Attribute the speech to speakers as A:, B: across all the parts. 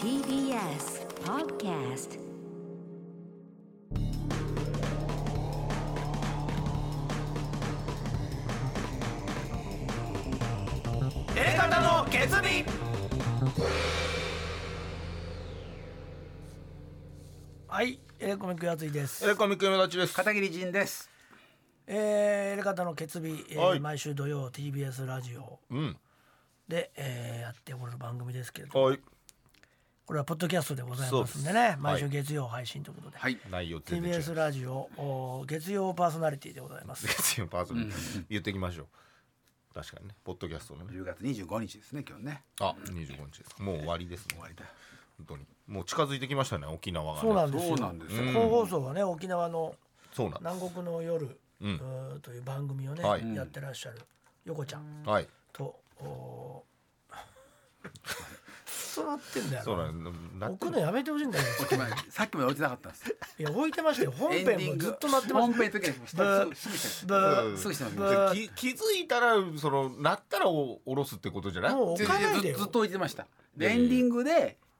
A: TBS Podcast
B: 方の決意はい、エレコミックやついです。
C: エレコミック夢立ちです。
D: 片桐仁です。
B: えー、エレカタの決日、えー
C: はい
B: 毎週土曜 TBS ラジオ
C: うん。
B: で、えーやっておる番組ですけれども、
C: はい。
B: これはポッドキャストでございますんで
C: そうで
B: ね、
C: す
B: 毎週
C: はい
B: 月曜配信ということで、
D: はい。
C: 内容全然違う。
B: TBS ラジオおー月曜パーソナリティでございます。
C: 月曜パーソナリティ言っていきましょう。確かにね、ポッドキャストのね。
D: 10月25日ですね、今日ね。
C: あ、二十五日です。もう終わりですね。
D: 終わりだ。
C: 本当に。もう近づいてきましたね、沖縄が、ね。
B: そうなんです
D: そ
B: よ。
D: うなんですよ。
B: 本放送はね、沖縄の
C: そうなんです。
B: 南国の夜、
C: う
B: うんーという番組をね、
C: はい
B: やってらっしゃる横ちゃん
C: はい。
B: と。おーそうなってんだよな。
C: そうなんです。なっ
B: 置
C: て
B: く
C: る
B: のやめてほしいんだよ。
D: 置き前さっきまで置いてなかったんです。
B: いや置いてました よ。本
D: エンデ
B: 編
D: ィ
B: も
D: ング
B: ずっと待ってまし
D: 本編の時に
B: ブー。
D: すぐ したた。
B: ブ
D: すぐしてます
B: ブ
D: よ。
B: ー
C: でき気づいたらそのなったらお下ろすってことじゃない
B: もう置
D: ず
B: かないで
D: ず
B: よ
D: ずっ。と置いてました。でエンディングで。
C: うん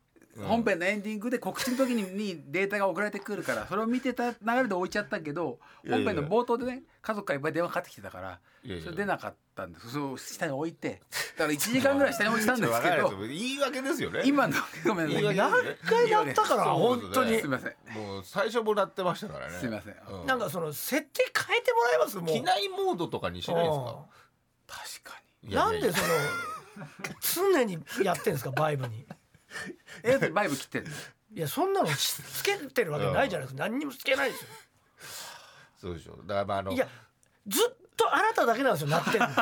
D: 本編のエンディングで告知の時ににデータが送られてくるからそれを見てた流れで置いちゃったけど
C: いやい
D: 本
C: や
D: 編の冒頭でね家族からいっぱい電話かかってきてたから
C: いやいや
D: それ出なかったんですそう下に置いてだから1時間ぐらい下に置いてたんですけ
C: わかる
D: ど
C: んですよ言い訳ですよね
D: 今のごめんなさ
C: 言い
D: い
C: 訳
B: 何回やったから
C: そう
B: 本当に
D: すい。ません
C: もう最初もらってましたからね
D: すいません
C: う
B: なんかその設定変えてもらえますもう。
C: 機内モードとかにしないですか
D: 確かに
B: うん
C: いや
B: ない
C: や
B: ん
C: いや
B: でその常にやってんですかバイブに。
D: えだってバイブ切ってる
B: いやそんなのつつけてるわけないじゃないですか。何にもつけないですよ。
C: そうでしょだからまああの
B: いやずっとあなただけなんですよ。なってる の。
C: は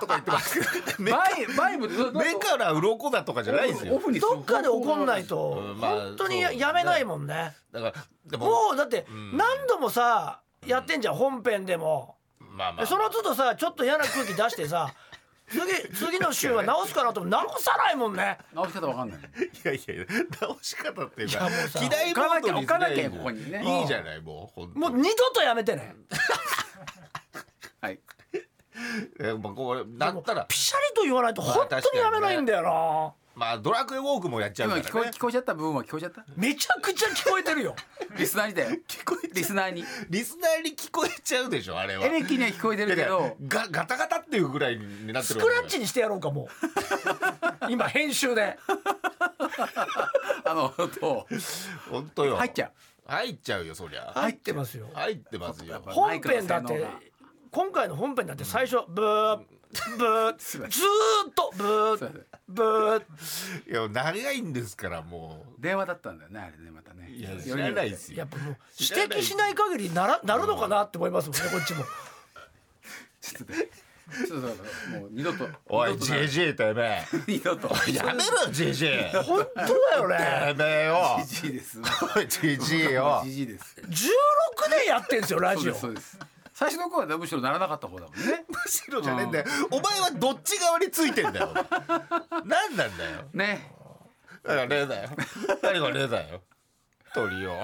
C: ーとか言ってます 目
D: バイバイブってどど
C: 目から鱗だとかじゃないです
D: オ
C: よ
D: フにする
B: どっかで怒んないと
C: うんまあ
B: 本当にや
C: そう
B: やめないもんね。
C: だからでも
B: もうだって
C: うん
B: 何度もさやってんじゃん本編でも。
C: まあまあ
B: その都度さちょっと嫌な空気出してさ次次の週は直すかなと思って直さないもんね
D: 直し方わかんない
C: いやいやいや直し方っていう
B: いや
C: か
B: もうさ
C: 機内モードにすりゃいい
D: 置かなきゃ置かなきゃここにね
C: いいじゃないもうほんと
B: もう二度とやめてね
D: はい
C: えまあこれなったら
B: ピシャリと言わないと
C: まあ
B: 本当にやめないんだよな、
C: まあドラクエウォークもやっちゃう
D: 今
C: から
D: 聞こえ
C: ね
D: 聞こえちゃった部分は聞こえちゃった
B: めちゃくちゃ聞こえてるよ
D: リスナーにだよ
C: 聞こえ
D: リスナーに
C: リスナーに聞こえちゃうでしょあれは
D: エレキには聞こえてるけ
C: だから
D: ど
C: ガガタガタっていうぐらいになって
B: ス
C: る
B: ク
C: わけだ
B: ラ
C: よ
B: ッチにしてやろうかもう今編集で
D: あのと
C: 本当よ
D: 入っちゃう
C: 入っちゃうよそりゃ
B: 入ってますよ
C: 入ってますよ
B: 本編だっ
D: マイクの性能
B: て
D: が
B: 今回の本編だって最初ブーブーずーっとブ
D: すいま
B: ーブー
C: いや長いんですからも
D: 電話だったんだよねあれねまたね
C: ういや
D: より
C: 知らないです
B: や
C: よ
B: っぱもう
C: 知らない
B: 指摘しない限りならなるのかなって思いますもんねこっち も。
D: ちょっとねちょっとそうそうもう二度と
C: おい
D: 二度とな
C: JJ てめ え
D: 二度と
C: やめろ JJ
B: 本当だよね。
C: てめえよ
D: じじい です
C: おい JJ よ
D: じじいです
B: 16年やってんですよラ
D: そう
B: ジ
D: で
B: オ。
D: すそうです最初の頃はむしろならなかった方だもんね
C: むしろじゃねえんだよお前はどっち側についてんだよ何なんだよ
D: ね
C: だから例だよ何が例だよ鳥を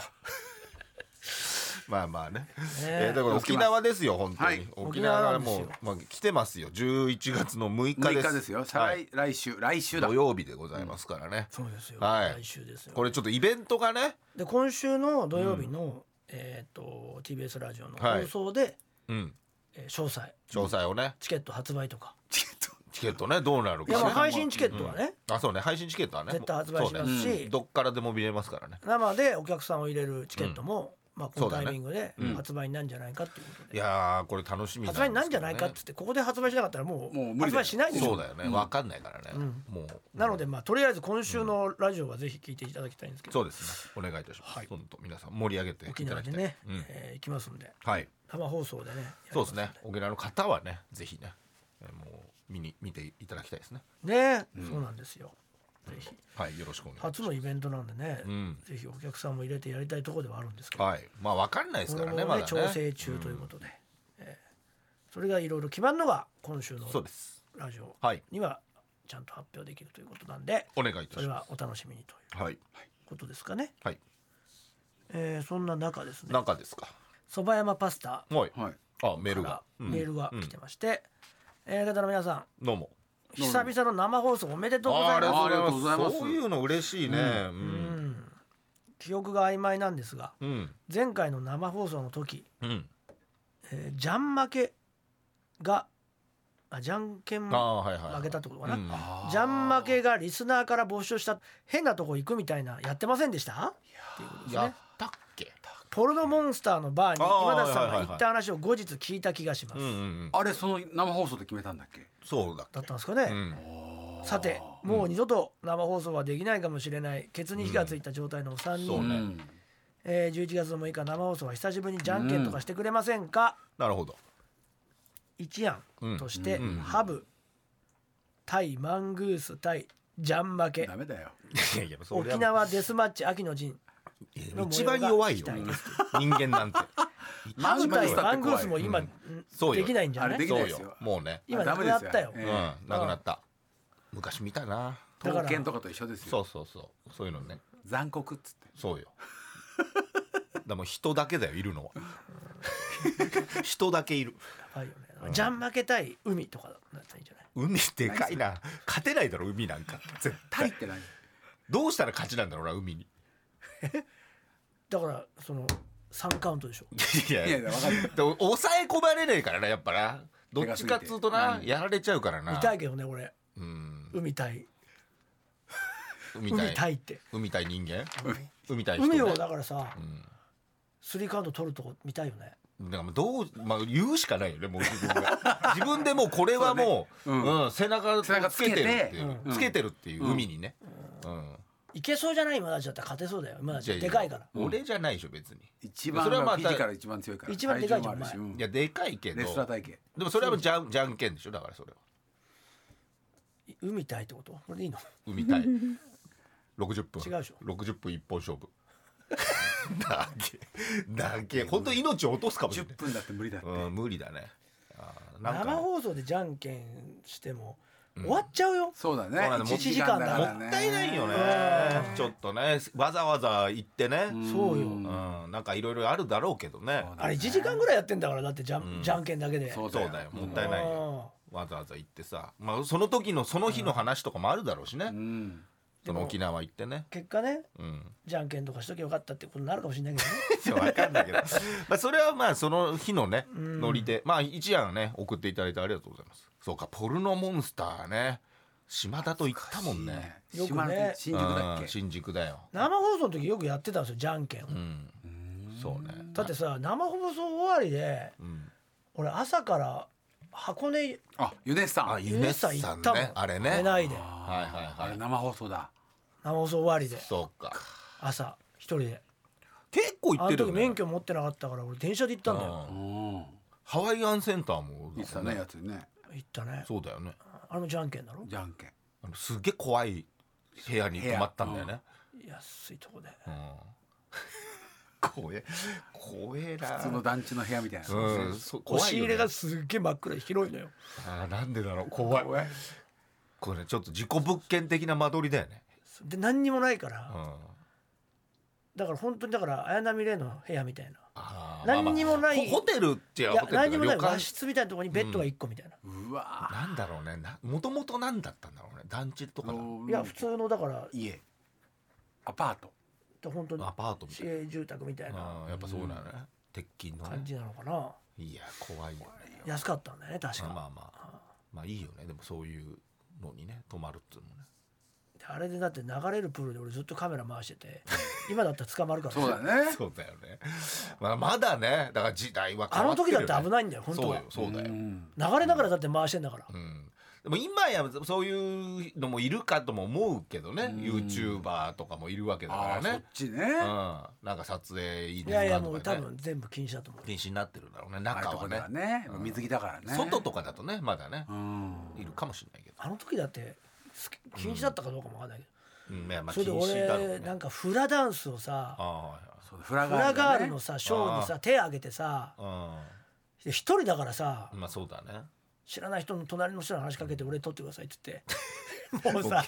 C: まあまあね、えーだから沖縄ですよ本当に、
D: はい
C: 沖縄が
B: 沖
C: も
B: 縄なん
C: う
B: で、
C: まあ、来てますよ11月の6日で
D: 6
C: す
D: 日ですよ
C: は
D: 再
C: い、
D: 来来週来週だ
C: 土曜日でございますからね、
B: そうですよ。
C: はい
B: 来週ですよ。
C: これちょっとイベントがね
B: で今週の土曜日の、えっ、と TBS ラジオの
C: はい
B: 放送で、
C: うん
B: えー詳細
C: 詳細をね
B: チケット発売とか。
D: チケット
C: チケットねどうなる
B: いや
C: か
B: まあ
C: ね
B: 配信チケットはね、
C: あそうね配信チケットはね
B: 絶対発売しますし
C: そうねどっからでも見れますからね
B: 生でお客さんを入れるチケットも、まあこ
C: そ
B: の
C: うだ
B: タ
C: ね
B: イミングで
C: うん
B: 発売になるんじゃないかっていうことで。
C: いやーこれ楽しみ
B: 発売にな
C: で
B: るん
C: す
B: じゃないかっつってここで発売しなかったらも
D: もう無
B: う
D: 理だよ
B: 発売しないで
C: けど
B: し
C: ねそ
B: ょ
C: うだよねわかんないからね、もう
B: なのでまあとりあえず今週のラジオはぜひ聞いていただきたいんですけど、
C: そうですねお願いいたします、
B: はい
C: 本当皆さん盛り上げてい
B: 沖
C: た
B: 縄
C: だ
B: で
C: きたい
B: ね、
C: うん
B: えー行きますんで
C: はい
B: 生放送でね
C: そうですね沖縄の方はねぜひねえーもう見に見ていただきたいですね
B: ね、そうなんですよぜひ
C: はいよろしくお願いします
B: 初のイベントなんでね、
C: うん
B: ぜひお客さんも入れてやりたいところではあるんですけど、
C: はいまあわかんないです
B: こ
C: か
B: れ
C: ら
B: も
C: ね
B: ね
C: まだね
B: 調整中ということで、えーそれがいろいろ決まるのが今週の
C: そうです
B: ラジオ
C: はい
B: にはちゃんと発表できるということなんで
C: お願いい
B: そ
C: た
B: れ
C: しま
B: はお楽しみにという
C: すはい
B: ことですかね、
C: はい
B: えーそんな中ですね
C: 中ですか
B: そば山パスタ
C: はい
D: はい
C: あメール
B: が
C: が
B: メールが来てまして、えー方の皆さん
C: どうも
B: 久々の生放送おめでとうございます
D: ありがとうございます
C: そういうの嬉しいね。う。
B: うんん記憶が曖昧なんですが
C: うん。
B: 前回の生放送の時、
C: うん。
B: えージャン負けがあじゃんけん
C: あ
B: 負
C: あ、はいはい。
B: けたってことかな、
C: うん
D: あー
B: ジャン負けがリスナーから募集した変なとこ行くみたいなやってませんでした
C: やったっけ。
B: ポルノモンスターのバーに
C: あー
B: 今田さん
C: はいはい
B: が
C: はい
B: 行った話を後日聞いた気がしま
C: う
B: す、
C: んうんうん。
D: あれその生放送で決めたんだっけ
C: そうだっ
B: だった
C: け。
B: んですかね、
C: うん。
B: さてもう二度と生放送はできないかもしれないケツに火がついた状態のお三人、
C: そうね
D: ん
B: えー11月の6日生放送は久しぶりにじゃんけんとかしてくれませんか、
C: なるほど。
B: 一案として、
C: うんうん
B: ハブ対マングース対ジャン負け
D: ダメだよ
C: いやいや、それは
B: 沖縄デスマッチ秋の陣の
C: 一番弱いよ
B: 模様が期。
C: 人間なんて。
B: ハブ対
C: 一番弱
B: マ
C: い
B: ングースも今、
C: うん
B: ん
C: そうよ
B: できないんじゃな
D: あれ
B: い
D: できな
C: そ
D: いうですよ
C: よ。もうね。
B: 今
D: あ
B: な
D: ダメ
B: く
D: で
B: なっ
D: すよ
B: たよ
C: う
D: え
C: ん。
D: え
C: なくなった。昔見たな。
B: だから
D: 刀剣とかと一緒です
C: そ
D: よ
C: うそうそう。そういうのね。
D: 残酷っつって
C: そうよ。でもう人だけだよいるのは。人だけいる。
B: はいよねジャン負け対海とかだったらいいんじゃない
C: 海でかいな。勝てないだろ海なんか。絶
D: タイ
C: 対
D: っ。て何
C: どうしたら勝ちなんだろうな海に。
B: だからその3カウントでしょ
C: いや
D: いやい
C: い
D: や
C: や。
D: 分かる
C: でも抑え込まれないからなやっぱな。どっちかっつうと
D: 手が過
C: な
D: ぎて
C: やられちゃうからな。
B: 見たいけどね俺
C: うん。
B: 海対
C: 海
B: 海
C: たい。
B: 対って
C: 海たい人間。海たい人ね。
B: 海をだからさ
C: うん
B: 3カウント取るとこ見たいよね
C: だからもうどう、まあ、言うしかないよねもう自分が自分でもうこれはもう
D: そうねうん
C: うん背中をつ
D: 背中つけ
C: け
D: て
C: てるっていう
D: うん
C: つけてるっていう
D: うん
C: 海にね、うん
B: いけそうじゃない今だちだったら勝てそうだよ今だち
C: じゃあ
B: でかいから
C: うん俺じゃないでしょ別に
D: 一番
C: それはま
D: は
C: た
D: フィジカル一番強いから
B: 一番でかいじゃん
D: 体重もあるしうん
C: いやでかいけど
D: レスラー体型
C: でもそれはもうじゃんじゃんけんでしょだからそれは
B: 海対ってことこれでいいの
C: 海たい60分
B: 違うでしょ
C: 60分一本勝負 だけだけ本当命を落とすかもしれな
D: 10
C: い、
D: 分だって無理だって
C: うん、無理だねあーなん
B: 生
C: か
B: 放送でじゃんけんしても終わっちゃうよ、
D: そうだね
C: そうなんだ
D: 1時間だか
C: も
D: らね
C: ったいないよねちょっとねわざわざ行ってね、
B: そうよ、
D: ん
C: うん、なんかいろいろあるだろうけどね。
D: そうだ
B: あれ1時間ぐらいやってんだからだってじゃ,、、
C: うんん
B: じゃんけんだけで
D: そう
C: そ
D: だ
C: うだよ、
D: よ
C: もったいないよ。わざわざ行ってさ、まあその時のその日の話とかもあるだろうしね。
D: うん
C: その沖縄行ってね。
B: 結果ね
C: うん。
B: じゃんけんとかしときゃよかったってことになるかもしれないけどね
C: いや わかんないけど、まあそれはまあその日のね、ノリで、まあ一夜ね送っていただいてありがとうございます。そうか、ポルノモンスターね、島田と行ったもんね。
B: よくね
D: 島根
C: うん
D: って新宿だっけ
C: 新宿だよ。
B: 生放送の時よくやってたんですよじゃんけん、
C: うん。そうね。
B: だってさ生放送終わりで
C: うん。
B: 俺朝から箱根
D: あユネスさん
C: あ、
D: はい
C: ユネッサ
B: ユネッサ行
C: ン
B: ったもん
C: ね、あれね。
B: 寝ないで
C: はいはい
D: あ
C: は
D: れ
C: い。
D: 生放送だ
B: 生放送終わりで
C: そうか。
B: 朝一人で
C: 結構行っ
B: あの
C: てるよ
B: 時
C: ね。
B: 免許持ってなかったから俺電車で行ったんだよ
C: う
D: うんん
C: ハワイアンセンターも
D: いつだねやつね
B: 行ったね
C: そうだよね。
B: あのじゃんけんだろ
D: じゃんけん
C: あのすっげえ怖い部屋に泊まったんだよね。
B: 安いとこで
C: うん怖え怖えな。
D: 普通の団地の部屋みたいな
C: うん、そ怖いよね
B: 押し入れがすっげえ真っ暗で広いのよ
C: あーなんでだろう怖い
D: 怖い
C: これねちょっと自己物件的な間取りだよね。
B: で何にもないか
C: う
B: ら
C: ん、
B: だから本当にだから綾波レイの部屋みたいな
C: あー
B: 何にもない
C: まあまあホホテルってい
B: い
C: うか
B: や
C: ホテル
B: 何にもない
C: 旅館
B: 和室みたいなところにベッドが1個みたいな、
D: うわ
C: なんだろうねもともと何だったんだろうね団地とかだ
B: いや普通のだから
D: 家アパート
B: 本当に
C: アパートみ
B: 市
C: たいな
B: 営住宅みたいな
C: あーやっぱそうなのね、鉄筋のね
B: 感じなのかない
C: や怖いよね
B: 安かったんだよね確か、
C: まあまあまあいいよねでもそういうのにね泊まるっていうのも ね
B: であれでだって流れるプールで俺ずっとカメラ回してて今だったら捕まるからね
D: そうだね
C: そうだよね、まあ、まだねだから時代は
B: あの時だって危
C: い
B: ないんだよ本当
C: そう
B: は
C: よそうだよ、
D: ん
B: 流れながらだって回してんだから、
C: うんでも今やそういうのもいるかとも思うけどね、ユー YouTuber とかもいるわけだ
D: あ
C: から
D: ーそっ
C: ね
D: ちね
C: うん、なんか撮影いい
B: い
C: です
B: や
C: か
B: いやも
C: と
B: う
C: か
B: 多
C: ね
B: 分全部禁止だと思う
C: 禁止になってるだろうね
D: あれ
C: 中
D: と
C: は
D: こ
C: ね
D: だね水着だからね
C: 外とかだとねまだね
D: うん
C: いるかもしれないけど、
B: あの時だってす禁止だったかどうかもわかんないけど、
C: うんまあまあ
B: それで
C: 禁止だろう
B: 俺
C: ね
B: なんかフラダンスをさ
C: あ
D: そうフラ
B: フラガ
D: ガ
B: ー
D: ー
B: ル
D: ル
B: の
D: の
B: さショーに
C: あ
B: さ手挙げてさ
C: あ
B: で一人だからさ
C: うんまあそうだね
B: 知らない人の隣の人に話しかけて俺撮ってくださいって言って もうさ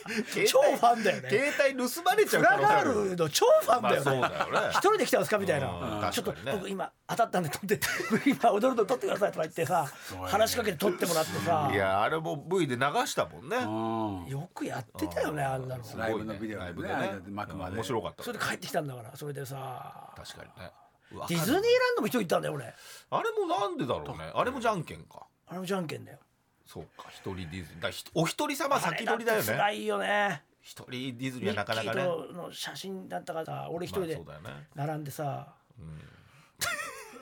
B: 超ファンだよね
C: 携帯盗まれちゃ
B: フ
C: う可
B: ラ
C: 能性
B: ガ
C: あ
B: ー
C: る
B: ルの超ファンだよね、
C: まあそうだよね
B: 一人で来たんですかみたい
C: うん
B: な、ちょっと
C: 確かにね
B: 僕今当たったんで撮って 今踊るの撮ってくださいとか言ってさ話しかけて撮ってもらってさ
C: いやあれも V で流したもんね
D: うん
B: よくやってたよねあんなの
C: す
B: そ
C: ごいね
D: ライブのビデオでね
C: ライブで
D: 間で幕まで
C: 面白かった
B: れで帰ってきたんだからそれでさ
C: 確かにねうわ
B: ディズニーランドも一人いたんだよ俺
C: あれもなんでだろうねあれもじゃんけんか
B: あれもじゃんけんだよ
C: そうか一人ディズニーだからひお一人様先取りだよ
B: 辛
C: ね
B: いよね
C: 一人ディズニー
B: ミ
C: はな
B: ッ
C: か
B: キ
C: なかね
B: ーとの写真だったからさ俺一人
C: まあ
B: で
C: そうだよね
B: 並んでさ、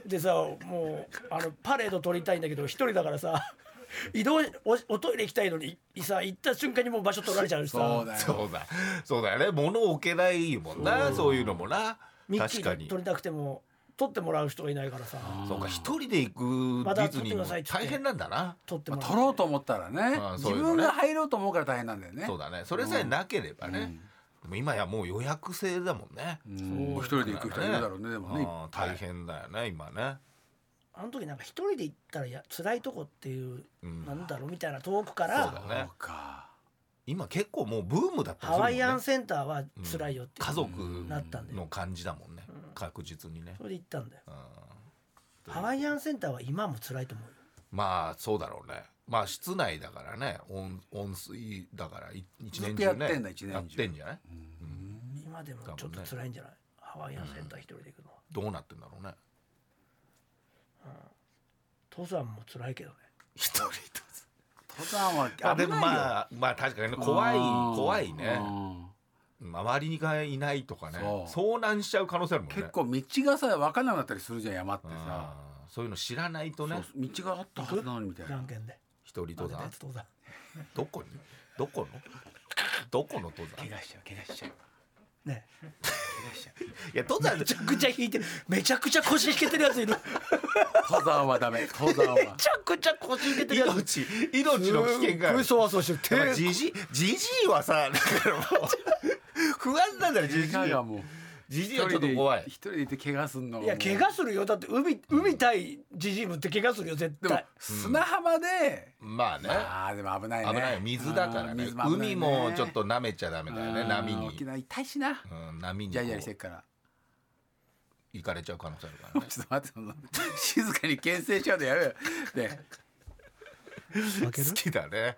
B: でさもうあのパレード撮りたいんだけど一人だからさ移動おおトイレ行きたいのにいさ行った瞬間にもう場所取られちゃうし
D: そ
B: さ
D: うだよ
C: そうだそうだよね物置けないもんなそういうのもな
B: ミッキ
C: 確か
B: ー
C: に
B: 撮りたくても撮ってもらう人がいないからさ
C: そうか一人で行
B: まだ
C: くディズニーも大変なんだな
B: 撮って
D: ま
B: も
D: あ
B: らう、
D: 撮ろうと思ったらね
C: ああそ
D: 自
C: ういうのね
D: 分が入ろうと思うから大変なんだよね
C: そうだねそれさえなければねでも今やもう予約制だもんね
D: うん一人で行く人いるだろうねでもねいっ
C: あー
D: ぱい
C: 大変だよね今ね
B: あの時なんか一人で行ったらや辛いとこっていう、
C: うん
B: なんだろうみたいな遠くか
C: そう
B: ら
C: だ
D: そうか
C: 今結構もうブームだっ
B: ハ
C: たりするも
B: ワ
C: んね
B: イアンセンターは辛いよって、
C: 家族
B: なったんだよ
C: の感じだもんね確実にね
B: それで行ったんだよ
C: うん
B: ハワイアンセンターは今も辛いと思うよ
C: まあそうだろうねまあ室内だからね温温水だからい一年中ね
D: ずっとやってんだ一年中
C: やってんじゃない
B: 今でもちょっと辛いんじゃない、ハワイアンセンター一人で行くのは
C: どうなってんだろうね
B: 登山も辛いけどね
C: 一人で
D: 登山は
C: まあで
D: 危
C: も
D: ないよ
C: まあまあ確かにね怖い
D: うん
C: 怖いね
D: うん
C: 周りがいないとかね
D: そう
C: 遭難しちゃう可能性あるもんね
D: 結構道がさ分かんなくなったりするじゃん山ってさ
C: あーそういうの知らないとね
D: そう道があったはずなのにみたい
B: じゃ
D: なん
B: けんで
C: 一人
B: 負
C: 登
B: けたや
C: 山
B: つ登山
C: どこにどこのどこの登 山い
D: 怪我しちゃう怪我しちゃう
B: ね
D: 怪我しちゃう
C: や登山
B: めちゃくちゃ引いてるめちゃくちゃ腰引けてるやついるめ
D: 登山 はダメ登山は
B: ちゃくちゃ腰引けてるやつ
C: 命命の危険がある
B: そわそわしてる
C: まあじじじじいはさだからもう 不安なんだよじじい
D: 怪我がもう
C: じじい
D: 一
C: はちょ
D: 人
C: っと
D: で
C: 怖い
D: 一人でいて怪我すんの
B: いや怪我するよだって海海対ジジイムって怪我するよ絶
D: でも
B: 対
D: 砂浜で
C: まあね
D: ああでも危ないね
C: 危ないよ水だから
D: うん
C: ね
D: 水危ないね
C: 海もちょっと舐めちゃダメだよね
D: うん
C: 波に
D: 沖縄痛いしな
C: うん波に
D: ジ
C: こ
D: ャリジャリしてっ
C: う
D: から
C: 行かれちゃう可能性あるからね
D: ちょっと待ってその静かに牽制しちゃうのやめよで
B: 負ける
C: 好きだね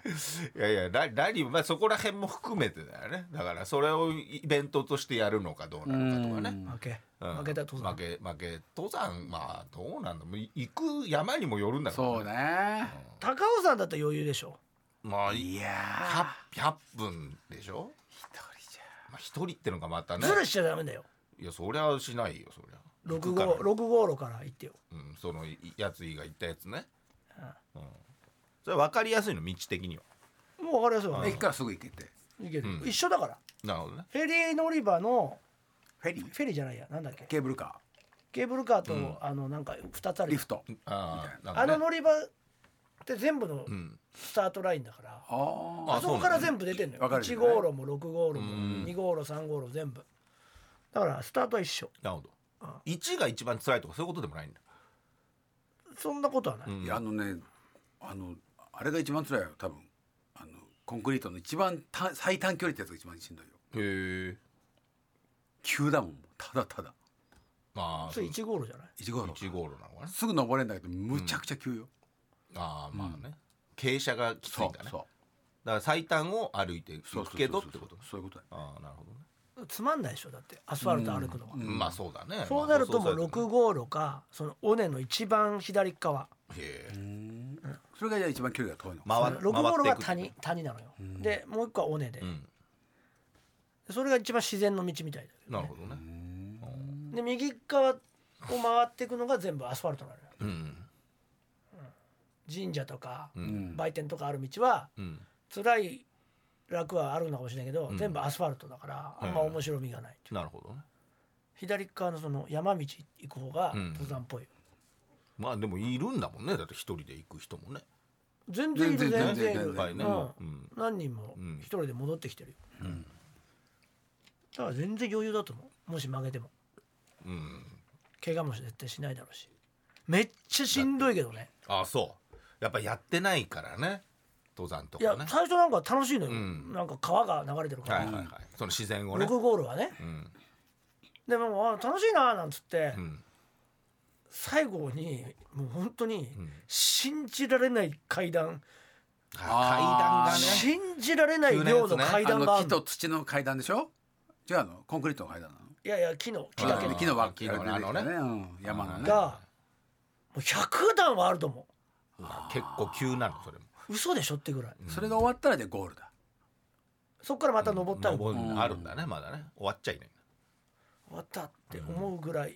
C: いやいやララリー、まあ、そこら辺も含めてだよねだからそれをイベントとしてやるのかどうなのかとかね、
B: 負け
C: うん
B: 負けた登山
C: 負け負け登山まあどうなんだもう行く山にもよるんだろ
D: そうね
B: 高尾山だったら余裕でしょ
C: まあ
D: い
C: い
D: や
C: 100, 100分でしょ
D: 一人じゃ
C: まあ、一人ってのがまたね
B: ずれしちゃダメだよ
C: いやそりゃしないよそりゃ
B: 六
C: 行くから
B: 号六号路から行ってよ
C: うん、そのいやついが言ったやつね、うん、それ分かりやすいの道的には
B: もう分かりやすいわ
D: 駅
B: ね
D: からすぐ行けて
B: いける
C: うん
B: 一緒だから
C: なるほどね
B: フェリー乗り場の
D: フェリー
B: フェリーじゃないやなんだっけ
D: ケーブルカ
B: ケーブルカーと、あのなんか2つあ
D: ー
B: る
D: リフト
C: ああなん
B: あ
C: かね
B: の乗り場って全部の
C: うん
B: スタートラインだから、
D: あ
C: あ
B: あそこから全部出てんのよ
D: わかる
B: 1
D: よ
B: 号
D: ね
B: 路も6号路
C: うん
B: も2号路3号路全部だからスタートは一緒
C: なるほど1が一番辛いとかそういうことでもないんだ
B: そんなことはない、
D: あいやあのねあのあれが一番辛いよ多分あのコンクリートの一番た最短距離ってやつが一番しんどいよ
C: へえ
D: 急だもんただただ
C: まあ
B: それ1号路じゃない
D: 一号路
C: 1号路なのかね
D: すぐ登れんだけどむちゃくちゃ急よ、
C: ああまあね、傾斜がきつい
D: そ
C: ん
D: う
C: だねだ
D: そ
C: か
D: う
C: ら最短を歩いてい
D: そうそう
C: くけどってこと
D: そういうことだ
C: ああなるほどね、
B: つまんないでしょだってアスファルト歩くのは、
C: まあそうだね
B: そうなるともう
C: ま
B: 6号路かその尾根の一番左側
C: あへえ
D: それがじゃあ一番距離が遠いの、
C: 回っ
B: 6号路
C: 回っ
B: が
C: ていく
B: 谷谷なのよ、でもう一個は尾根で、
C: ん
B: それが一番自然の道みたいだけど
C: なるほどね
B: で右側を回っていくのが全部アスファルトなのよ
C: うん
B: 神社とか、
D: うん
B: 売店とかある道は
C: うん
B: 辛い楽はあるのかもしれないけど、全部アスファルトだからあんま面白みがない、
C: なるほどね
B: 左側のその山道行く方が
C: うん
B: 登山っぽい、
C: まあでもいるんだもんねだって一人で行く人もね
B: 全然いる全
D: 全
B: 然
D: 然
B: いる
D: 全然
C: いっぱいね、
B: う
C: うんん
B: 何人も
C: うん
B: 一人で戻ってきてるよ、だから全然余裕だと思うもし負けても
C: うん
B: 怪我も絶対しないだろうしめっちゃしんどいけどね
C: ああそうやっぱやってないからね登山と
B: いや
C: かね
B: 最初なんか楽しいのよ、
C: ん
B: なんか川が流れてるか
C: はい
B: ら、
C: はいはいその自然を
B: ロ
C: ね
B: グゴールはね
C: うん
B: でもあ楽しいなーなんつって、
C: うん
B: 最後にもう本当に
C: ん
B: 信じられない階段、
C: あ階
D: あー
C: 段がね
B: 信じられない量の階
D: あ
B: 段が
D: の
B: あ
D: 木
B: る
D: と土の階段でしょ違うのコンクリートの階段なの
B: いやいや木の木だけ
C: う
B: の
C: ん
D: 木の輪っ
C: 木の輪
D: あれ出てきた
C: あ
D: うん山のね
B: がもう100段はあると思
C: うわ結構急なのそれも
B: う嘘でしょってぐらい
D: それが終わったらでゴールだ
B: そっからまた登ったら終
C: 登る
D: うん
C: あるんだねまだね終わっちゃいない
B: わったって思うぐらい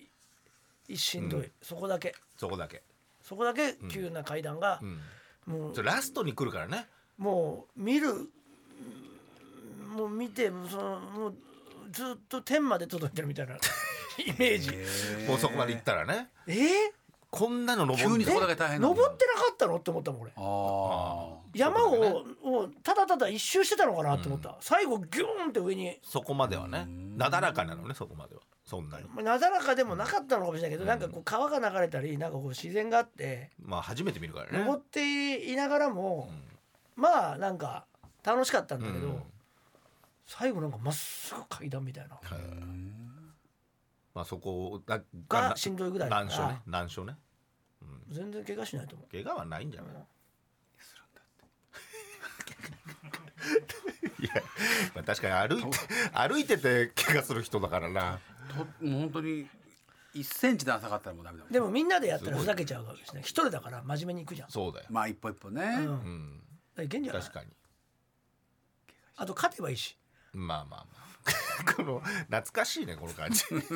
B: しんどい、そこだけ
C: そこだけ
B: そこだけ急な階段が
C: う、ん
B: もう
C: それラストに来るからね
B: もう見るうんもう見てもうそのもうずっと天まで届いてるみたいなイメージ
C: もうそこまで行ったらね
B: え
C: こんなの登る
D: 急
C: ん
D: に
C: だ
D: そ
C: よ
D: こだけ大
B: ー
D: 変なの
B: 登ってなかったのって思ったもん俺
D: あー
B: 山
C: そうだ
B: ををただただ一周してたのかなって思った、最後ギューンって上に
C: そこまではねなだらかなのねそこまではそんなに
B: まあなだらかでもなかったのかもしれないけど、なんかこう川が流れたりなんかこう自然があって
C: まあ初めて見るからね
B: 登っていながらも、まあなんか楽しかったんだけど、
C: うん
B: 最後なんかまっすぐ階段みたいな
C: まあそこだ
B: がしんどいぐらいだ
C: 難
B: か
C: 所ね
B: ら
C: 難所ね
B: 全然怪我しないと思う
C: 怪我はないんじゃないいや、まあ、確かに歩い て歩いてて怪我する人だからな
D: ともう本当に1センチで浅かったらもうダメだもん
B: でもみんなでやったらふざけちゃうわけですね一人だから真面目に行くじゃん
C: そうだよ、
D: まあ一歩一歩ね、
B: うん、だから
C: うん、
B: いけんじゃない
C: 確かに
B: あと勝てばいいし
C: まあまあまあ この懐かしいねこの感じ
D: 勝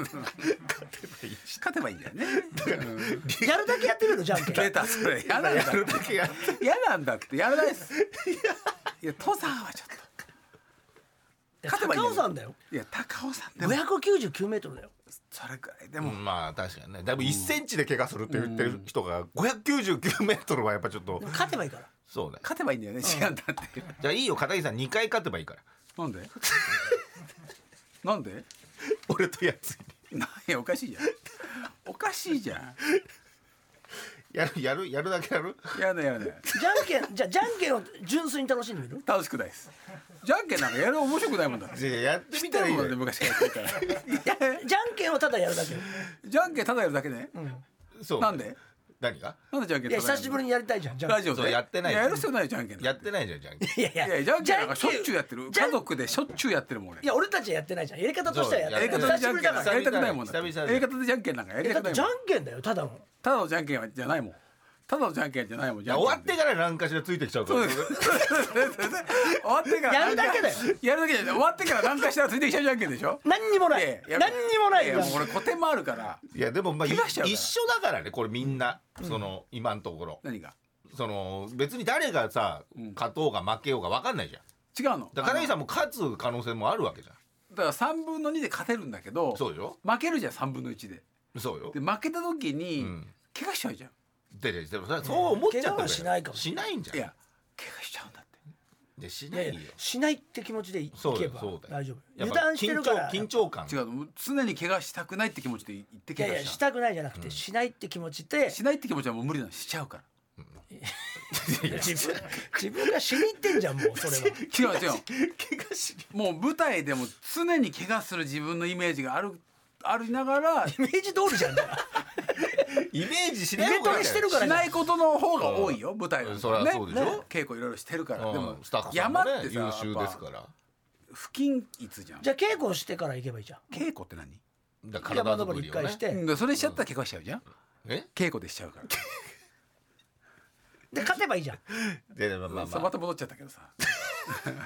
D: てばいいんだよね、うん
B: やるだけやってみるじゃ んけん
D: 出たそれ嫌なんだ
C: やるだ けやって
D: 嫌なんだってやらないですいや登山はちょっ勝てばいいんだ
B: 高尾
D: よ
B: 山だよ
D: といや高尾さんでも
B: 599メートルだよ
D: それくらいで
C: う
D: も、
C: んまあ確かにねだいぶ1センチで怪我するって言ってる人が599メートルはやっぱちょっと
B: でも勝てばいいから
C: そうね
D: 勝てばいいんだよね違うんだって
C: じゃあいいよ片桐さん2回勝てばいいから
D: なんでなんで
C: 俺とやつに
D: なんやおかしいじゃんおかしいじゃん
C: やるやるやるだけや る
D: やだやだ
B: じゃんけんじゃあじゃんけんを純粋に楽しんでみる
D: 楽しくないですじゃんけんなんかやる面白くないもんだ
C: じゃあやって
D: 知っ
C: み
D: て
C: たら
D: る
C: いい
D: も
C: よ
D: んね昔からやってるから
B: じゃんけんをただやるだけ
D: じゃんけんただやるだけね、
C: そう
D: なんで
C: 何が
D: なんでじゃんけん
B: いや久しぶり
D: に
B: にやりたいじゃんじゃん
D: ラジオ
C: そう
D: で
C: やってない
D: ややる必要ないよじゃんけん
C: や
D: なん
C: ってないじゃんじゃんけん
B: いやい
D: ていや
B: や
D: いやじゃんけんなんかしょっちゅうやってる
B: じゃん
D: 家族でしょっちゅうやってるもん俺
B: いや俺たちはやってないじゃんやり方としてはやって
D: や
B: る
D: り
C: そ
D: 方
C: う
D: で
B: 久
D: じ
B: し
D: ゃん
B: ぶ
D: け
B: り
D: ん
B: だか
D: なんからやりたくないもんだ
C: 久々だね
D: やり方でじゃんけんなんかや
B: い
D: り
B: や
D: た
B: だって
D: くない
B: じゃ
D: も
B: ん
D: ん
B: けんだよただの
D: ただのじゃんけんはじゃないもんただのじゃんけんじゃないもん
C: い
D: じゃ
C: や
D: んけん
C: 終わってから何かしらついてきちゃうから
D: 終わってから
B: やるだけだよ
D: やるだけじゃない終わってから何かしたらついてきちゃうじゃんけんでしょ
B: 何にもない
D: いやいや
B: 何にもない
D: いや
B: よ
D: もう俺古典もあるから
C: いやでもまあい
D: 怪我しちゃうから
C: 一緒だからねこれみんなその今のところ
D: 何が
C: その別に誰がさ
D: うん
C: 勝とうが負けようが分かんないじゃん
D: 違うの
C: だから片桐さ
D: あ
C: んも勝つ可能性もあるわけじゃん
D: のだから3分の2で勝てるんだけど
C: そうよ
D: 負けるじゃん3分の1で
C: そうよ
D: で負けた時に
C: ん
D: 怪我しちゃうじゃん
C: でででもさそう思っちゃったら
B: 怪我はしないかも
C: しないんじゃん
D: いや怪我しちゃうんだって
C: でし
B: い
C: な
B: や
C: いよ
B: いやしないって気持ちでい
C: そう
B: け
C: よ
B: ば
C: そうだよ
B: 大丈夫
C: やっ
B: 油
C: ぱ
B: 断してるから
C: 緊張緊張感
D: 違うのもう常に怪我したくないって気持ちで言って
B: い
D: 怪
B: や
D: 我
B: いや
D: し
B: し
D: ちゃ
B: たくないじゃなくてしないって気持ち で
D: うしないって気持ちはもう無理なのしちゃうから
B: 自分自分が死に行ってんじゃんもうそれ は
D: 違う違う
C: 怪我し
D: もう舞台でも常に怪我する自分のイメージがあるありながらし
B: イメージ通りじゃんじゃあ
C: イメージしない方
B: イメ
C: がい
B: トレ
C: い
B: してるから
D: ないことの方が多いよ舞台
C: う
D: は
C: んそりゃそうでしょ
D: 稽古いろいろしてるから、
C: うん
D: でも
C: スタッフさんも
D: 山っ
C: ね
D: てさ
C: 優秀です
D: や
C: か
D: っ
C: ら
D: ぱ不均一じゃん
B: じゃあ稽古をしてから行けばいい じゃん
D: 稽古って何
C: だから
B: 山
C: 体
B: 登り
C: 作り
B: 一
C: を
B: 回
C: ね
B: して、
D: うんでそれしちゃったら怪我しちゃうじゃん
C: え
D: 稽古でしちゃうから
B: で勝てばいいじゃん
C: ででまあまあ
D: そう
C: ま
D: ま
C: あ
D: た戻っちゃったけどさ
C: 仲いいんだよ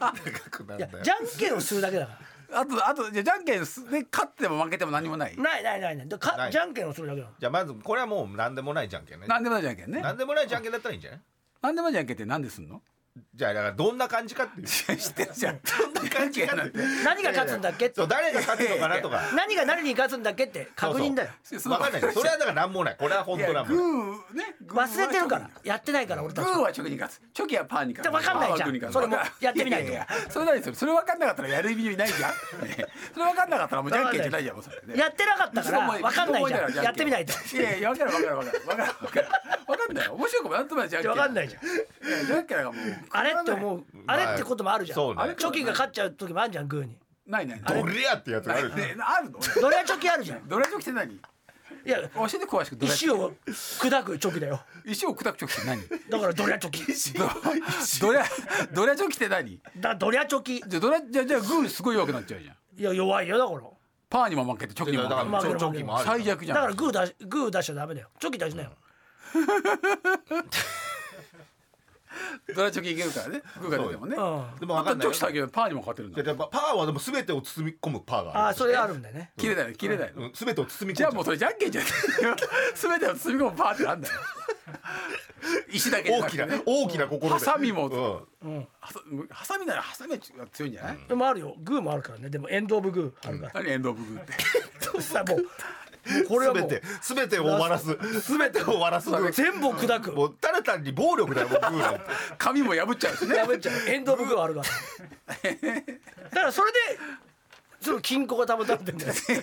C: 仲くなん
B: い
C: だ
B: や
C: よ
B: じゃんけんをするだけだか
D: あとあとじゃあじゃんけんすで勝っても負けても何もない
B: らないないないないでか
C: ない
B: じゃんけんをするだけだ
C: じゃあまずこれはもう何でもないじゃんけんね
D: 何でもないじゃんけんね
C: 何でもないじゃんけんだったらいいんじゃない
D: 何でもないじゃんけんって何ですんの
C: じゃあだからどんな感じかっていう
D: 知ってるじゃんどんな感じやなんて
B: 何が勝つんだっけって
C: そう誰が勝つのかなとか
B: 何が何に勝つんだっけって確認だよ
D: そうそう
C: 分かんないそれはだから何もないこれは本
D: い
C: 当な
D: や
C: ん
D: グ
C: もない
D: ーねグーは
B: 忘れてるからやってないから俺
D: グ
B: たち
D: ーは直に勝つチョキはパーに勝つ
B: じゃあ分かんないじゃん
D: パーはグーに勝つ
B: それもやってみないと
D: やややそれ何それそれ分かんなかったらやる意味ないじ ゃんねそれ分かんなかったらもうじゃんけんじゃないじゃんもうそれね
B: やってなかったから分かんないじゃんやってみないと
D: いやいや分かる分かる分かる分かる分かる分かんない面白くもなんともないじゃんけん
B: 分かんないいじゃん
D: やじゃんけんなんかもう
B: あれって思うあれってこともあるじゃん
C: そう
D: あ
C: ね
D: れ
B: チョキが勝っちゃう時もあるじゃんグーに
D: ないないない
C: どれやってやつがあるじゃん
D: ねあるの
B: ドラチョキあるじゃん
D: ドラチョキって何
B: いや
D: 教えて詳しくドラチョ
B: 石を砕くチョキだよ
D: キ石を砕くチョキっ て何
B: だからドリャチョキ
D: どドラドラチョキって何
B: だドリャチョキい
D: じゃあドラじゃあじゃあグーすごい弱くなっちゃうじゃん
B: や弱いよだから
D: パーにも負けてチョキにも
C: だか
D: 負
C: らチョチョキもあ
D: けて
C: るじゃん
D: 最悪じゃ
B: だ
D: ん
B: からグー出しグー出しちゃダメだよチョキ出しなよ
D: ドラチョキいけるからねグーが出てもね
B: うん
C: でも分かんな
D: あと
C: い
D: チョ
C: よ
D: キ下げパーにも勝てるん
C: で
D: だ
C: でパーはでも全てを包み込むパーが
B: あ
C: あ
B: あ
C: る
B: それあるんだよね
D: 切れない切れない
C: う
D: の
C: ん全てを包み込む
D: じゃあもうそれじゃんけんじゃん 全てを包み込むパーってな んだよ石だけじゃ
C: 大
D: なく
C: き
D: て
C: な
D: ね
C: 大きな心で
D: ハサミも
C: うん
D: ハサハサミならハサミは強いんじゃない
B: でもあるよグーもあるからねでもエンド・オブ・グーあるから
D: 何エンドオブグーって
B: さもうこれはも
C: 全
B: う
C: て全てを終わらす全てを終わらす
B: 全部砕く
C: もうただ単に暴力だよ僕 は
D: 髪も破っちゃうしね
B: やめちゃうエンド・オブ・グーあるからだからそれでその均衡が保たれてるんだよ
D: 違う違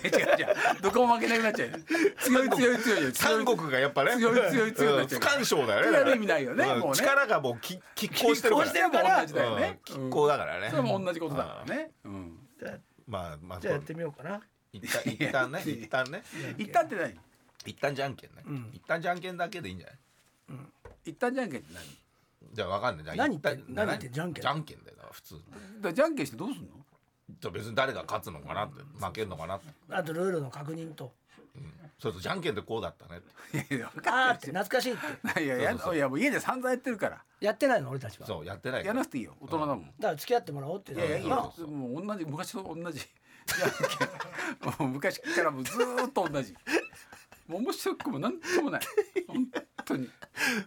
D: うどこも負けなくなっちゃうよ強い強い強いよ強
C: 三
D: い
C: 国がやっぱね
D: 強い強い強い
C: う
D: になっ
C: ん
D: ちゃう
C: 不干渉だよね
D: そ
C: だ
D: れは
C: から
D: 意味ないよね
C: うん
D: もうね
C: 力がもうき拮抗してるから
D: 拮抗してるから同じだよね
C: うん拮抗だからね
D: それも同じことだからねうん
B: じゃあ
C: まあまあ
B: じゃあやってみようかな
C: 一旦 一旦ね一旦ね
D: 一旦って何
C: 一旦じゃんけんね一旦じゃんけんだけでいいんじゃない
D: 一旦じゃんけんって何
C: じゃあわかんないじゃあ
B: 何って
C: 一旦
B: 何ってじゃんけん
C: じゃんけんだよだから普通
D: だからじゃんけんしてどうすんの
C: じゃあ別に誰が勝つのかなって負けるのかなって
B: あとルールの確認と
C: そうそうじゃんけんでこうだったねって
D: いやいや分
B: あ
D: か
B: ー
D: っ
B: ってて
D: る
B: 懐かしいって
D: しいやいや
C: そうそうそう
D: いやもう家で散々やってるから
B: やってないの俺たちはだか
C: そうやってないか
D: や
C: ら
D: らなくていいよ大人だもん
B: ら付き合ってもらおうって
D: いやいや
B: いう
D: い
B: の
D: や
B: は
D: もう同じ昔と同じじゃんけんもう昔からもうずーっと同じもう面白くもなんともない本当に